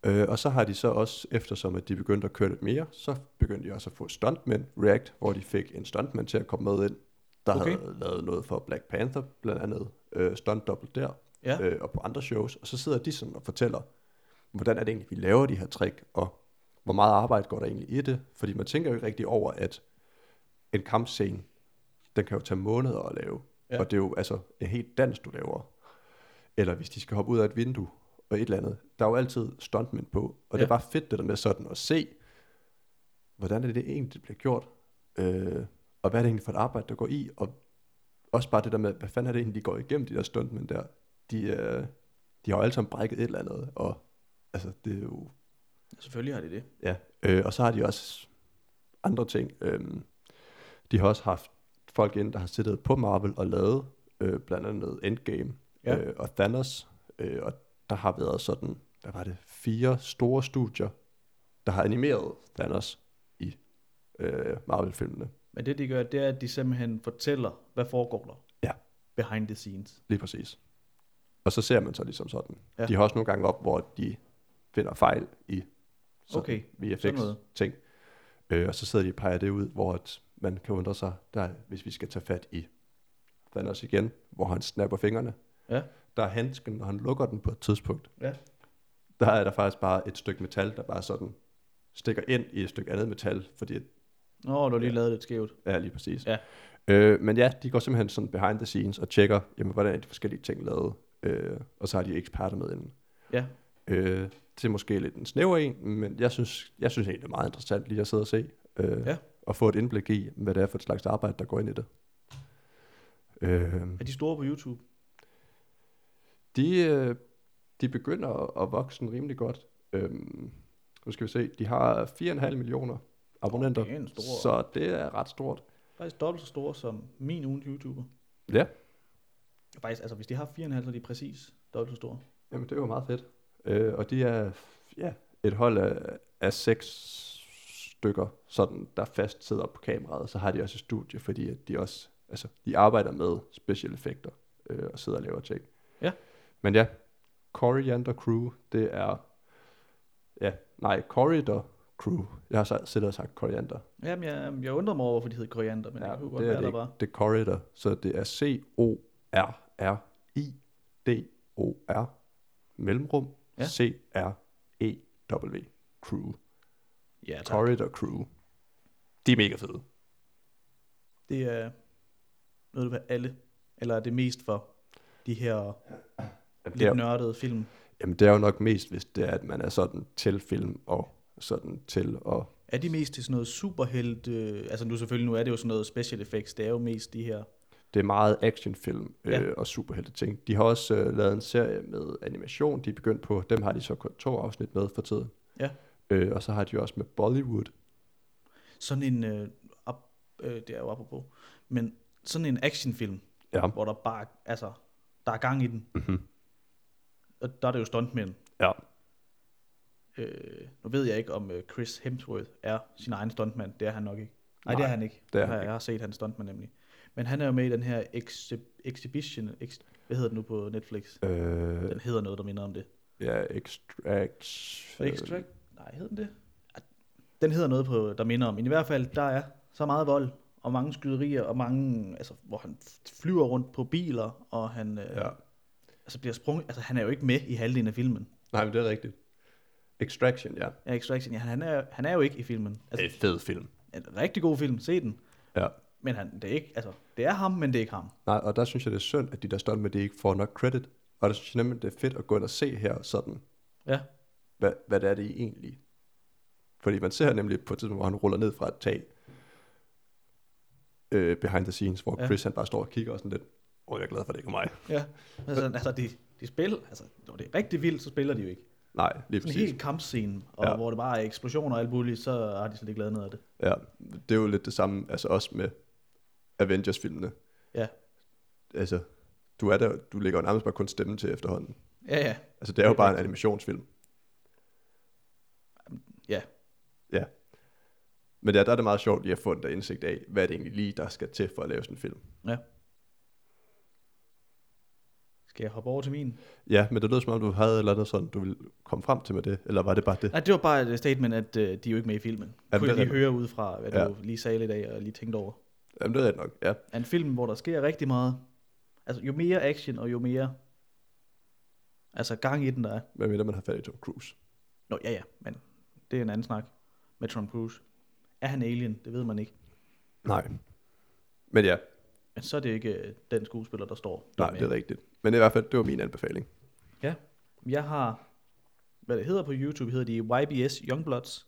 [SPEAKER 1] Øh, og så har de så også, eftersom at de begyndte at køre lidt mere, så begyndte de også at få stuntmænd React, hvor de fik en stuntmand til at komme med ind, der
[SPEAKER 2] Okay.
[SPEAKER 1] okay. havde lavet noget for Black Panther, blandt andet øh, stunt dobbelt der,
[SPEAKER 2] Ja.
[SPEAKER 1] øh, og på andre shows. Og så sidder de sådan og fortæller, hvordan er det egentlig, vi laver de her trick, og hvor meget arbejde går der egentlig i det? Fordi man tænker jo ikke rigtig over, at en kampscene, den kan jo tage måneder at lave.
[SPEAKER 2] Ja.
[SPEAKER 1] Ja. Og det er jo altså en helt dans, du laver. Eller hvis de skal hoppe ud af et vindue og et eller andet. Der er jo altid stuntmænd på. Og ja. det
[SPEAKER 2] Ja.
[SPEAKER 1] er bare fedt det der med sådan at se, hvordan er det egentlig, det bliver gjort? Øh, og hvad er det egentlig for et arbejde, der går i? Og også bare det der med, hvad fanden er det egentlig, de går igennem, de der stuntmænd der? De, øh, de har jo alle sammen brækket et eller andet. Og altså, det er jo
[SPEAKER 2] Selvfølgelig har de det.
[SPEAKER 1] Ja, øh, og så har de også andre ting. Øh, de har også haft folk ind, der har siddet på Marvel og lavet øh, blandt andet Endgame
[SPEAKER 2] Ja.
[SPEAKER 1] ja. øh, og Thanos. Øh, og der har været sådan, hvad var det, fire store studier, der har animeret Thanos i øh, Marvel-filmene.
[SPEAKER 2] Men det de gør, det er, at de simpelthen fortæller, hvad foregår der.
[SPEAKER 1] Ja.
[SPEAKER 2] Behind the scenes.
[SPEAKER 1] Lige præcis. Og så ser man så ligesom sådan.
[SPEAKER 2] Ja.
[SPEAKER 1] Ja. De har også nogle gange op, hvor de finder fejl i sådan
[SPEAKER 2] Okay, sådan noget.
[SPEAKER 1] VFX-ting. Øh, og så sidder de og peger det ud, hvor at man kan undre sig, der, hvis vi skal tage fat i Thanos igen, hvor han snapper fingrene.
[SPEAKER 2] Ja.
[SPEAKER 1] Der er handsken, når han lukker den på et tidspunkt.
[SPEAKER 2] Ja.
[SPEAKER 1] Der er der faktisk bare et stykke metal, der bare sådan stikker ind i et stykke andet metal, fordi
[SPEAKER 2] Nå, du har lige
[SPEAKER 1] Ja.
[SPEAKER 2] lavet lidt skævt.
[SPEAKER 1] Ja, lige præcis.
[SPEAKER 2] Ja.
[SPEAKER 1] Øh, men ja, de går simpelthen sådan behind the scenes og tjekker, jamen, hvordan er de forskellige ting lavet, øh, og så har de eksperter med inden.
[SPEAKER 2] Ja.
[SPEAKER 1] Øh, det er måske lidt en snæver en, men jeg synes, jeg synes egentlig, det er meget interessant lige at sidde og se, øh,
[SPEAKER 2] Ja.
[SPEAKER 1] og få et indblik i, hvad det er for et slags arbejde, der går ind i det. Øh,
[SPEAKER 2] Er de store på YouTube?
[SPEAKER 1] de, øh, de begynder at, at vokse sådan rimelig godt. Øh, nu skal vi se, de har 4,5 millioner abonnenter,
[SPEAKER 2] Det er en stor. Så...
[SPEAKER 1] så det er ret stort.
[SPEAKER 2] Faktisk dobbelt så store som min ugen YouTuber.
[SPEAKER 1] Ja.
[SPEAKER 2] Faktisk, altså hvis de har 4,5, så er de præcis dobbelt så store.
[SPEAKER 1] Jamen, det var meget fedt. Øh, og de er ja, et hold af, af seks stykker, sådan, der fast sidder på kameraet. Så har de også et studie, fordi at de også altså, de arbejder med special effekter øh, og sidder og laver ting.
[SPEAKER 2] Ja.
[SPEAKER 1] Men ja, Coriander Crew, det er... Ja, nej, Corridor Crew. Jeg har så- siddet og sagt Coriander.
[SPEAKER 2] Jamen, jeg, jeg undrede mig over, hvorfor de hed koriander, men ja, det kunne godt
[SPEAKER 1] det
[SPEAKER 2] være,
[SPEAKER 1] er
[SPEAKER 2] der
[SPEAKER 1] det
[SPEAKER 2] var.
[SPEAKER 1] ikke. Det er Corridor. Så det er C-O-R-R-I-D-O-R mellemrum
[SPEAKER 2] Ja.
[SPEAKER 1] C-R-E-W Crew.
[SPEAKER 2] Ja, tak.
[SPEAKER 1] Corridor Crew. De er mega fede.
[SPEAKER 2] Det er noget for alle, eller er det mest for de her
[SPEAKER 1] Jamen det,
[SPEAKER 2] lidt
[SPEAKER 1] er,
[SPEAKER 2] nørdede film.
[SPEAKER 1] jamen det er jo nok mest, hvis det er, at man er sådan til film og sådan til og...
[SPEAKER 2] Er de mest til sådan noget superhelt, øh, altså nu selvfølgelig, nu er det jo sådan noget special effects, det er jo mest de her,
[SPEAKER 1] Det er meget actionfilm øh,
[SPEAKER 2] Ja.
[SPEAKER 1] og superhelte ting. De har også øh, lavet en serie med animation, de er begyndt på. Dem har de så kun to afsnit med for tiden.
[SPEAKER 2] Ja.
[SPEAKER 1] Øh, og så har de også med Bollywood,
[SPEAKER 2] sådan en, øh, op, øh, det er jo apropos, men sådan en actionfilm,
[SPEAKER 1] Ja.
[SPEAKER 2] hvor der bare, altså, der er gang i den.
[SPEAKER 1] Mhm.
[SPEAKER 2] Og der er det jo stuntmænd.
[SPEAKER 1] Ja.
[SPEAKER 2] Øh, nu ved jeg ikke, om øh, Chris Hemsworth er sin egen stuntmand. Det er han nok ikke. Nej, Nej det
[SPEAKER 1] Nej,
[SPEAKER 2] er han ikke.
[SPEAKER 1] det er
[SPEAKER 2] jeg,
[SPEAKER 1] han
[SPEAKER 2] har, jeg har set hans stuntmand nemlig. Men han er jo med i den her exhi- exhibition, ex, hvad hedder den nu på Netflix?
[SPEAKER 1] Øh,
[SPEAKER 2] Den hedder noget, der minder om det.
[SPEAKER 1] ja, Extract.
[SPEAKER 2] Øh, Nej, hed den det? Ah, Den hedder noget, på, der minder om. Men i hvert fald, der er så meget vold, og mange skyderier, og mange, altså, hvor han f- flyver rundt på biler, og han øh, ja.
[SPEAKER 1] Ja.
[SPEAKER 2] altså, bliver sprunget. Altså, han er jo ikke med i halvdelen af filmen.
[SPEAKER 1] Nej, men det er rigtigt. Extraction, ja.
[SPEAKER 2] Ja, Extraction, ja, han, er, han er jo ikke i filmen. Altså,
[SPEAKER 1] en fed film.
[SPEAKER 2] en rigtig god film, se den.
[SPEAKER 1] Ja.
[SPEAKER 2] Men han, det, er ikke, altså, det er ham, men det er ikke ham.
[SPEAKER 1] Nej, og der synes jeg, det er synd, at de der stuntmænd, med, de ikke får nok credit. Og der synes jeg nemlig, det er fedt at gå ind og se her sådan,
[SPEAKER 2] Ja.
[SPEAKER 1] hvad, hvad det er det egentlig. Fordi man ser nemlig på et tidspunkt, hvor han ruller ned fra et tag, øh, behind the scenes, hvor
[SPEAKER 2] Ja.
[SPEAKER 1] ja. Chris han bare står og kigger og sådan lidt, åh, jeg er glad for, at det ikke er mig.
[SPEAKER 2] ja. Altså, altså de, de spiller, altså, når det er rigtig vildt, så spiller de jo ikke.
[SPEAKER 1] Nej, lige
[SPEAKER 2] Sådan
[SPEAKER 1] præcis.
[SPEAKER 2] en hel kampscene, og ja.
[SPEAKER 1] Ja.
[SPEAKER 2] hvor det bare er eksplosioner og alt muligt, så har de slet ikke lavet noget af det.
[SPEAKER 1] Ja, det er jo lidt det samme, altså også med Avengers-filmene.
[SPEAKER 2] Ja.
[SPEAKER 1] Altså, du er der, du lægger jo nærmest bare kun stemme til efterhånden.
[SPEAKER 2] Ja, ja.
[SPEAKER 1] Altså, det er jo
[SPEAKER 2] Det er
[SPEAKER 1] bare en
[SPEAKER 2] rigtigt.
[SPEAKER 1] animationsfilm.
[SPEAKER 2] ja.
[SPEAKER 1] Ja. Men ja, der er det meget sjovt lige at få en der indsigt af, hvad det egentlig lige, der skal til for at lave sådan en film.
[SPEAKER 2] Skal jeg hoppe over til min?
[SPEAKER 1] Ja, men det lød som om, du havde et eller andet sådan, du ville komme frem til med det, eller var det bare det?
[SPEAKER 2] Nej, det var bare et øh, statement, at øh, de er jo ikke med i filmen. Ja,
[SPEAKER 1] det
[SPEAKER 2] kunne jeg
[SPEAKER 1] er
[SPEAKER 2] lige
[SPEAKER 1] rigtigt.
[SPEAKER 2] høre ud fra, hvad
[SPEAKER 1] Ja.
[SPEAKER 2] ja. du lige sagde lidt af, og lige tænkte over.
[SPEAKER 1] Jamen, det er rigtigt nok, ja.
[SPEAKER 2] Er en film, hvor der sker rigtig meget. Altså, jo mere action, og jo mere altså gang i den, der er.
[SPEAKER 1] Hvad mener man har fat i Tom Cruise?
[SPEAKER 2] Nå, ja, ja, men det er en anden snak med Tom Cruise. Er han alien? Det ved man ikke.
[SPEAKER 1] Nej. Men ja,
[SPEAKER 2] Men så er det jo ikke øh, den skuespiller, der står.
[SPEAKER 1] nej, det er rigtigt. Men i hvert fald, det var min anbefaling.
[SPEAKER 2] Ja. Jeg har, hvad det hedder på YouTube, hedder de YBS Youngbloods.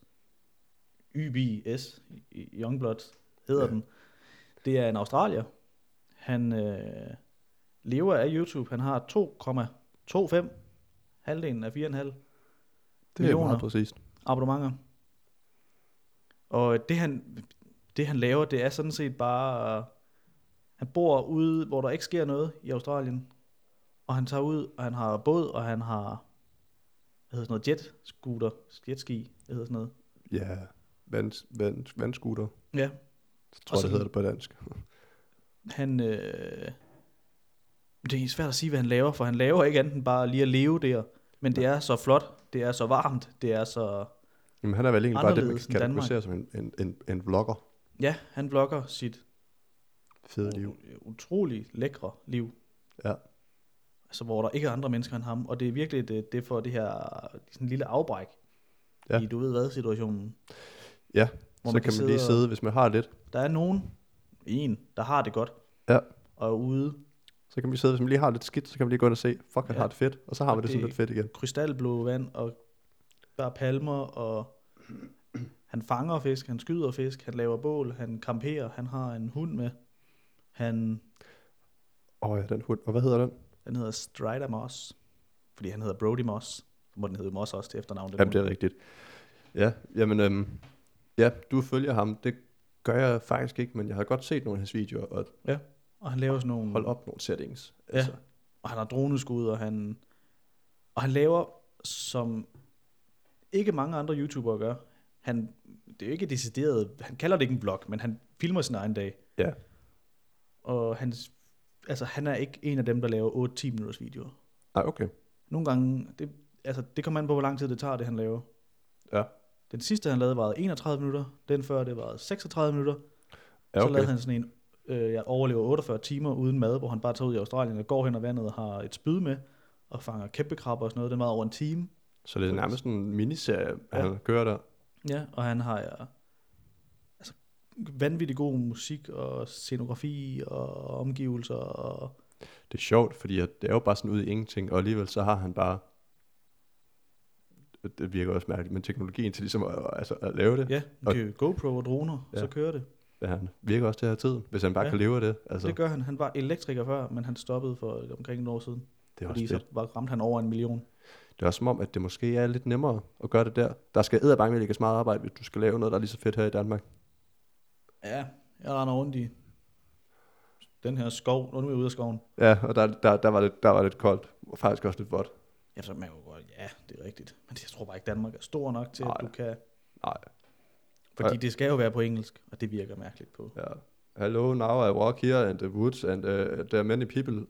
[SPEAKER 2] YBS Youngbloods hedder
[SPEAKER 1] Ja.
[SPEAKER 2] ja. den. Det er en australier. Han øh, lever af YouTube. Han har 2,25, halvdelen af 4,5
[SPEAKER 1] Det er jo
[SPEAKER 2] Millioner.
[SPEAKER 1] meget præcist.
[SPEAKER 2] abonnementer. Og det han, det han laver, det er sådan set bare, han bor ude, hvor der ikke sker noget i Australien. Og han tager ud, og han har båd, og han har, hvad hedder sådan noget, jet scooter, jetski, hvad hedder sådan noget.
[SPEAKER 1] Ja, vand, vand, vandskuter,
[SPEAKER 2] Ja,
[SPEAKER 1] tror jeg,
[SPEAKER 2] Og så-
[SPEAKER 1] det hedder det på dansk.
[SPEAKER 2] han, øh, det er svært at sige, hvad han laver, for han laver ikke andet end bare lige at leve der. Men det er så flot, det er så varmt, det er så...
[SPEAKER 1] Jamen, han er vel egentlig bare det, man
[SPEAKER 2] Anderledes
[SPEAKER 1] kan
[SPEAKER 2] end Danmark.
[SPEAKER 1] kategorisere som en, en, en, en vlogger.
[SPEAKER 2] Ja, han vlogger sit
[SPEAKER 1] Fede liv.
[SPEAKER 2] u- utrolig lækre liv.
[SPEAKER 1] Ja.
[SPEAKER 2] Altså, hvor der ikke er andre mennesker end ham. Og det er virkelig det, det for det her sådan lille afbræk
[SPEAKER 1] Ja.
[SPEAKER 2] ja. i du ved hvad situationen.
[SPEAKER 1] Ja,
[SPEAKER 2] Hvor
[SPEAKER 1] så man
[SPEAKER 2] man kan
[SPEAKER 1] kan man lige
[SPEAKER 2] sidde og-
[SPEAKER 1] sidde, hvis man har lidt.
[SPEAKER 2] Der er nogen, en, der har det godt
[SPEAKER 1] Ja,
[SPEAKER 2] og er ude
[SPEAKER 1] så kan man lige sidde, hvis man lige har lidt skidt, så kan man lige gå ind og se, fuck, han
[SPEAKER 2] Ja.
[SPEAKER 1] har det fedt, og så har man det, sådan
[SPEAKER 2] det-
[SPEAKER 1] lidt fedt igen.
[SPEAKER 2] krystalblå vand og der er palmer og han fanger fisk, han skyder fisk, han laver bål, han kamperer, han har en hund med. Han,
[SPEAKER 1] Åh oh, ja, den hund. Og hvad hedder den?
[SPEAKER 2] den hedder Strider Moss, fordi han hedder Brody Moss. Så må den hedde Moss også til efternavn. den
[SPEAKER 1] Jamen, det
[SPEAKER 2] hund.
[SPEAKER 1] er rigtigt. Ja, jamen, øhm, ja, du følger ham. Det gør jeg faktisk ikke, men jeg har godt set nogle af hans videoer, og
[SPEAKER 2] Ja, og han laver sådan nogle...
[SPEAKER 1] hold op nogle settings. altså.
[SPEAKER 2] Ja. Altså, og han har droneskud, og han, og han laver, som ikke mange andre YouTubere gør, han, det er jo ikke decideret, han kalder det ikke en vlog, men han filmer sin egen dag,
[SPEAKER 1] ja.
[SPEAKER 2] og han, altså, han er ikke en af dem, der laver 8-10 minutters videoer.
[SPEAKER 1] Ej, okay.
[SPEAKER 2] Nogle gange, det, altså, det kommer an på, hvor lang tid det tager, det han laver.
[SPEAKER 1] Ja.
[SPEAKER 2] Den sidste, han lavede, varede 31 minutter, den før, det varede 36 minutter,
[SPEAKER 1] Ja,
[SPEAKER 2] så lavede
[SPEAKER 1] okay.
[SPEAKER 2] han sådan en, øh, jeg overlever 48 timer uden mad, hvor han bare tager ud i Australien og går hen ad vandet og har et spyd med, og fanger kæmpekrabber og sådan noget. Den var over en time.
[SPEAKER 1] Så det er nærmest en miniserie, ja. han kører der.
[SPEAKER 2] Ja, og han har ja, altså, vanvittig god musik og scenografi og omgivelser. Og,
[SPEAKER 1] Det er sjovt, fordi at det er jo bare sådan ud i ingenting, og alligevel så har han bare det virker også mærkeligt, men teknologien til ligesom at, altså at lave det,
[SPEAKER 2] ja, det er jo GoPro og droner,
[SPEAKER 1] Ja.
[SPEAKER 2] ja. så kører det.
[SPEAKER 1] ja. han virker også til at have tiden, hvis han bare ja.
[SPEAKER 2] Ja.
[SPEAKER 1] kan leve af det. Altså,
[SPEAKER 2] Altså. Det gør han. Han var elektriker før, men han stoppede for et- omkring et år siden.
[SPEAKER 1] det er også
[SPEAKER 2] fordi så
[SPEAKER 1] fedt.
[SPEAKER 2] var, ramte han over en million.
[SPEAKER 1] Det er også som om, at det måske er lidt nemmere at gøre det der. Der skal edderbange lægges meget arbejde, hvis du skal lave noget, der er lige så fedt her i Danmark.
[SPEAKER 2] Ja, jeg render rundt i den her skov. Nå, nu er jeg ude af skoven.
[SPEAKER 1] Ja, og der, der, der, var, lidt, der var lidt koldt, og faktisk også lidt vådt.
[SPEAKER 2] Ja, så man kunne godt, ja, det er rigtigt. Men jeg tror bare ikke, Danmark er stor nok til,
[SPEAKER 1] Nej.
[SPEAKER 2] at du kan...
[SPEAKER 1] Nej,
[SPEAKER 2] Fordi
[SPEAKER 1] Nej.
[SPEAKER 2] det skal jo være på engelsk, og det virker mærkeligt på.
[SPEAKER 1] ja. Hello, now I walk here in the woods, and uh, there are many people.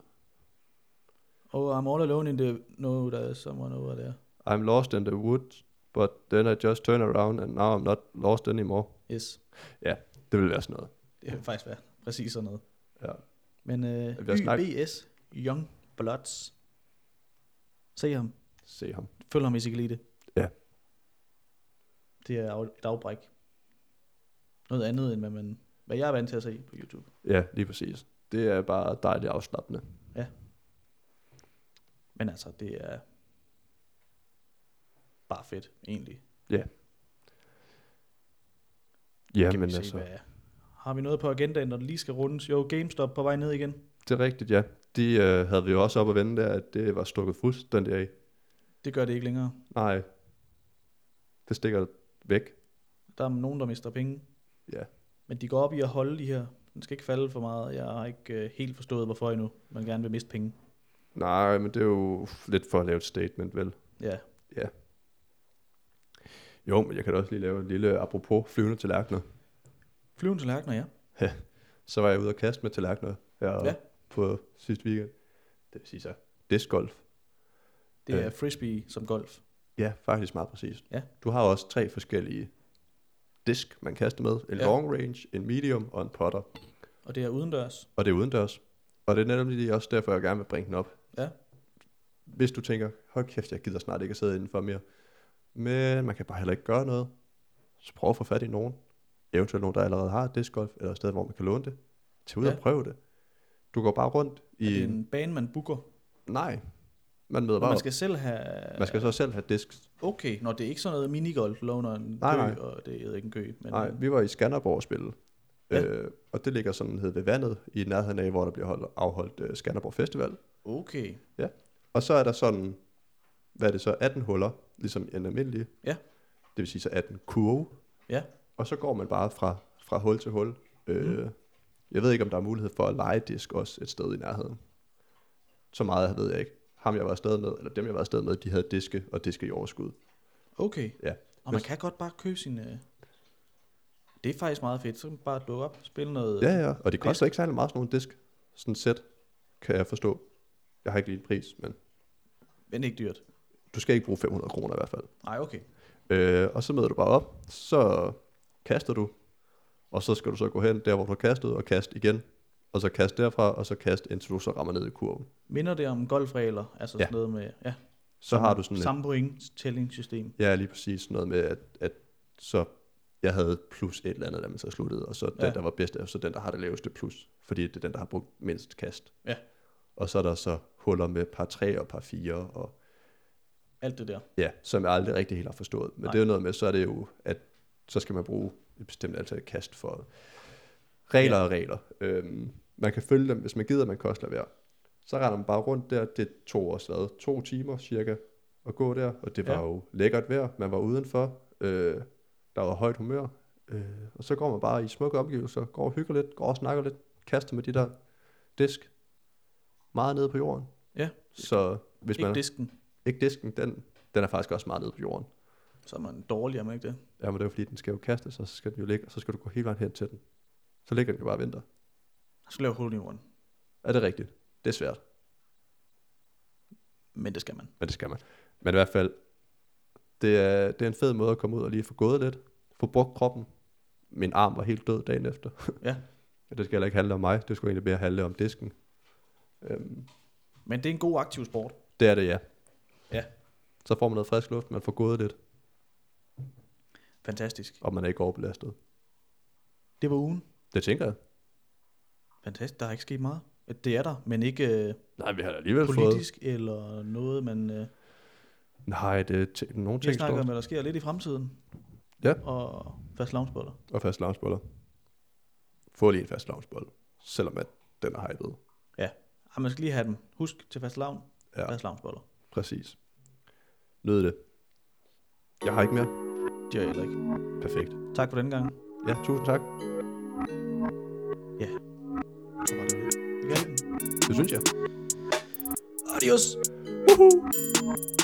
[SPEAKER 2] Oh, I'm all alone in the... No, der er someone over there.
[SPEAKER 1] I'm lost in the woods, but then I just turn around, and now I'm not lost anymore.
[SPEAKER 2] Yes,
[SPEAKER 1] Ja, det ville være sådan noget.
[SPEAKER 2] det vil faktisk være præcis sådan noget.
[SPEAKER 1] Ja.
[SPEAKER 2] Men øh,
[SPEAKER 1] Vi har snakket-
[SPEAKER 2] YBS, Young Bloods. Se ham.
[SPEAKER 1] Se ham.
[SPEAKER 2] Følg ham, hvis I kan lide det.
[SPEAKER 1] Ja.
[SPEAKER 2] Det er af- et afbræk. Noget andet, end hvad, man, hvad jeg er vant til at se på YouTube.
[SPEAKER 1] Ja, lige præcis. Det er bare dejligt afslappende.
[SPEAKER 2] Men altså, det er bare fedt, egentlig.
[SPEAKER 1] Ja,
[SPEAKER 2] kan
[SPEAKER 1] men
[SPEAKER 2] vi
[SPEAKER 1] altså,
[SPEAKER 2] se, hvad... Har vi noget på agendaen, når det lige skal rundes? Jo, GameStop på vej ned igen.
[SPEAKER 1] det er rigtigt, ja. De øh, havde vi jo også op at vende der, at det var stukket fuldstændig af.
[SPEAKER 2] Det gør det ikke længere.
[SPEAKER 1] Nej, det stikker væk.
[SPEAKER 2] Der er nogen, der mister penge.
[SPEAKER 1] Ja.
[SPEAKER 2] Men de går op i at holde de her. Den skal ikke falde for meget. Jeg har ikke øh, helt forstået, hvorfor endnu man gerne vil miste penge.
[SPEAKER 1] Nej, men det er jo lidt for at lave et statement, vel?
[SPEAKER 2] Ja,
[SPEAKER 1] Jo, men jeg kan da også lige lave en lille apropos flyvende tallerkener.
[SPEAKER 2] flyvende tallerkener, ja.
[SPEAKER 1] Så var jeg ude og kaste med tallerkener her
[SPEAKER 2] Ja.
[SPEAKER 1] ja. på sidste weekend. Det vil sige, så discgolf.
[SPEAKER 2] Det
[SPEAKER 1] Øh.
[SPEAKER 2] er frisbee som golf.
[SPEAKER 1] Ja, faktisk meget præcist.
[SPEAKER 2] Ja.
[SPEAKER 1] Du har også tre forskellige disk, man kaster med. En
[SPEAKER 2] Ja.
[SPEAKER 1] ja. long range, en medium og en putter.
[SPEAKER 2] Og det er udendørs.
[SPEAKER 1] Og det er udendørs. Og det er netop lige også derfor, jeg gerne vil bringe den op.
[SPEAKER 2] Ja.
[SPEAKER 1] Hvis du tænker, hold kæft, jeg gider snart ikke at sidde indenfor mere. Men man kan bare heller ikke gøre noget. Så prøv at få fat i nogen. Eventuelt nogen, der allerede har et discgolf, eller et sted, hvor man kan låne det. Tag ud
[SPEAKER 2] Ja.
[SPEAKER 1] ja. og prøv det. Du går bare rundt
[SPEAKER 2] I... Det
[SPEAKER 1] i...
[SPEAKER 2] er
[SPEAKER 1] En...
[SPEAKER 2] en bane, man booker.
[SPEAKER 1] Nej, man møder bare
[SPEAKER 2] Man
[SPEAKER 1] man skal...
[SPEAKER 2] skal selv have...
[SPEAKER 1] Op. man skal så selv have disk.
[SPEAKER 2] Okay, når det er ikke sådan noget minigolf, du låner en
[SPEAKER 1] Nej,
[SPEAKER 2] kø,
[SPEAKER 1] nej.
[SPEAKER 2] og det er ikke en kø. Men
[SPEAKER 1] Nej, vi var i Skanderborg og spille.
[SPEAKER 2] Ja.
[SPEAKER 1] Ja. Øh, og det ligger sådan hed ved vandet, i nærheden af, hvor der bliver holdt, afholdt øh, Skanderborg Festival.
[SPEAKER 2] Okay,
[SPEAKER 1] Og så er der sådan, hvad er det så, 18 huller, ligesom en almindelig.
[SPEAKER 2] Ja.
[SPEAKER 1] Det vil sige så 18 kurve.
[SPEAKER 2] Ja.
[SPEAKER 1] Og så går man bare fra, fra hul til hul. Øh, Jeg ved ikke, om der er mulighed for at lege disk også et sted i nærheden. Så meget ved jeg ikke. Ham, jeg var afsted med, eller dem, jeg var afsted med, de havde diske og diske i overskud.
[SPEAKER 2] okay.
[SPEAKER 1] Ja.
[SPEAKER 2] Og man
[SPEAKER 1] Hvis-
[SPEAKER 2] kan godt bare købe sin... Øh... Det er faktisk meget fedt. Så kan man bare dukke op, spille noget...
[SPEAKER 1] Ja, ja, og det koster ikke særlig meget sådan nogle disk. Sådan et sæt, kan jeg forstå. Jeg har ikke lige en pris, men
[SPEAKER 2] Men ikke dyrt.
[SPEAKER 1] du skal ikke bruge 500 kroner i hvert fald.
[SPEAKER 2] Nej, okay.
[SPEAKER 1] Øh, og så møder du bare op, så kaster du, og så skal du så gå hen der, hvor du har kastet, og kaste igen, og så kaste derfra, og så kaste, indtil du så rammer ned i kurven.
[SPEAKER 2] Minder det om golfregler? Altså
[SPEAKER 1] Ja.
[SPEAKER 2] sådan noget med... Ja,
[SPEAKER 1] Så har du sådan et,
[SPEAKER 2] samme point tællingsystem.
[SPEAKER 1] ja, lige præcis sådan noget med, at, at så jeg havde plus et eller andet, da man så sluttede, og så den,
[SPEAKER 2] Ja.
[SPEAKER 1] der var bedst, er så den, der har det laveste plus, fordi det er den, der har brugt mindst kast.
[SPEAKER 2] Ja.
[SPEAKER 1] Og så er der så huller med par 3 og par 4, og
[SPEAKER 2] Alt det der.
[SPEAKER 1] Ja, som jeg aldrig rigtig helt har forstået. Men
[SPEAKER 2] Nej.
[SPEAKER 1] Nej. det er jo noget med, så er det jo, at så skal man bruge et bestemt antal kast for regler ja. og regler. Øhm, man kan følge dem, hvis man gider, man kan også lade være. Så render man bare rundt der, det tog os hvad, to timer cirka at gå der, og det var
[SPEAKER 2] Ja.
[SPEAKER 1] ja. jo lækkert vejr, man var udenfor, øh, der var højt humør, øh, og så går man bare i smukke omgivelser, går og hygger lidt, går og snakker lidt, kaster med de der disk, meget nede på jorden.
[SPEAKER 2] Ja.
[SPEAKER 1] Så hvis
[SPEAKER 2] ikke
[SPEAKER 1] man
[SPEAKER 2] disken.
[SPEAKER 1] ikke disken, den, den er faktisk også meget nede på jorden.
[SPEAKER 2] Så er man dårlig, er man ikke det?
[SPEAKER 1] Ja, men det er jo fordi, den skal jo kastes, og så skal den jo ligge, og så skal du gå hele vejen hen til den. Så ligger den jo bare og venter.
[SPEAKER 2] Så laver hul i jorden.
[SPEAKER 1] Er det rigtigt? Det er svært,
[SPEAKER 2] Men det skal man.
[SPEAKER 1] men det skal man. Men i hvert fald, det er, det er en fed måde at komme ud og lige få gået lidt, få brugt kroppen. Min arm var helt død dagen efter.
[SPEAKER 2] Ja.
[SPEAKER 1] Men det skal heller ikke handle om mig, det skulle egentlig mere handle om disken. Øhm,
[SPEAKER 2] Men det er en god aktiv sport.
[SPEAKER 1] det er det, ja.
[SPEAKER 2] Ja.
[SPEAKER 1] Så får man noget frisk luft, man får gået lidt,
[SPEAKER 2] Fantastisk.
[SPEAKER 1] og man er ikke overbelastet.
[SPEAKER 2] Det var ugen.
[SPEAKER 1] Det tænker jeg.
[SPEAKER 2] Fantastisk. Der er ikke sket meget. Det er der, men ikke øh,
[SPEAKER 1] Nej, vi har da alligevel fået...
[SPEAKER 2] politisk eller noget, man... Øh,
[SPEAKER 1] Nej, det er t- nogle
[SPEAKER 2] jeg
[SPEAKER 1] ting
[SPEAKER 2] snakker
[SPEAKER 1] står
[SPEAKER 2] om, hvad der sker lidt i fremtiden.
[SPEAKER 1] Ja.
[SPEAKER 2] Og fast lavnsboller.
[SPEAKER 1] og fast lavnsboller. Få lige en fast lavnsbold, selvom at den er hyped.
[SPEAKER 2] Ah, man skal lige have dem. Husk til fast lavn.
[SPEAKER 1] Ja.
[SPEAKER 2] Fast lavnsboller.
[SPEAKER 1] Præcis. Nød det. Jeg har ikke mere.
[SPEAKER 2] Det er heller ikke.
[SPEAKER 1] Perfekt.
[SPEAKER 2] Tak for den gang.
[SPEAKER 1] Ja, tusind tak.
[SPEAKER 2] Så var det det. Igen.
[SPEAKER 1] Det synes jeg.
[SPEAKER 2] Adios.
[SPEAKER 1] Woohoo!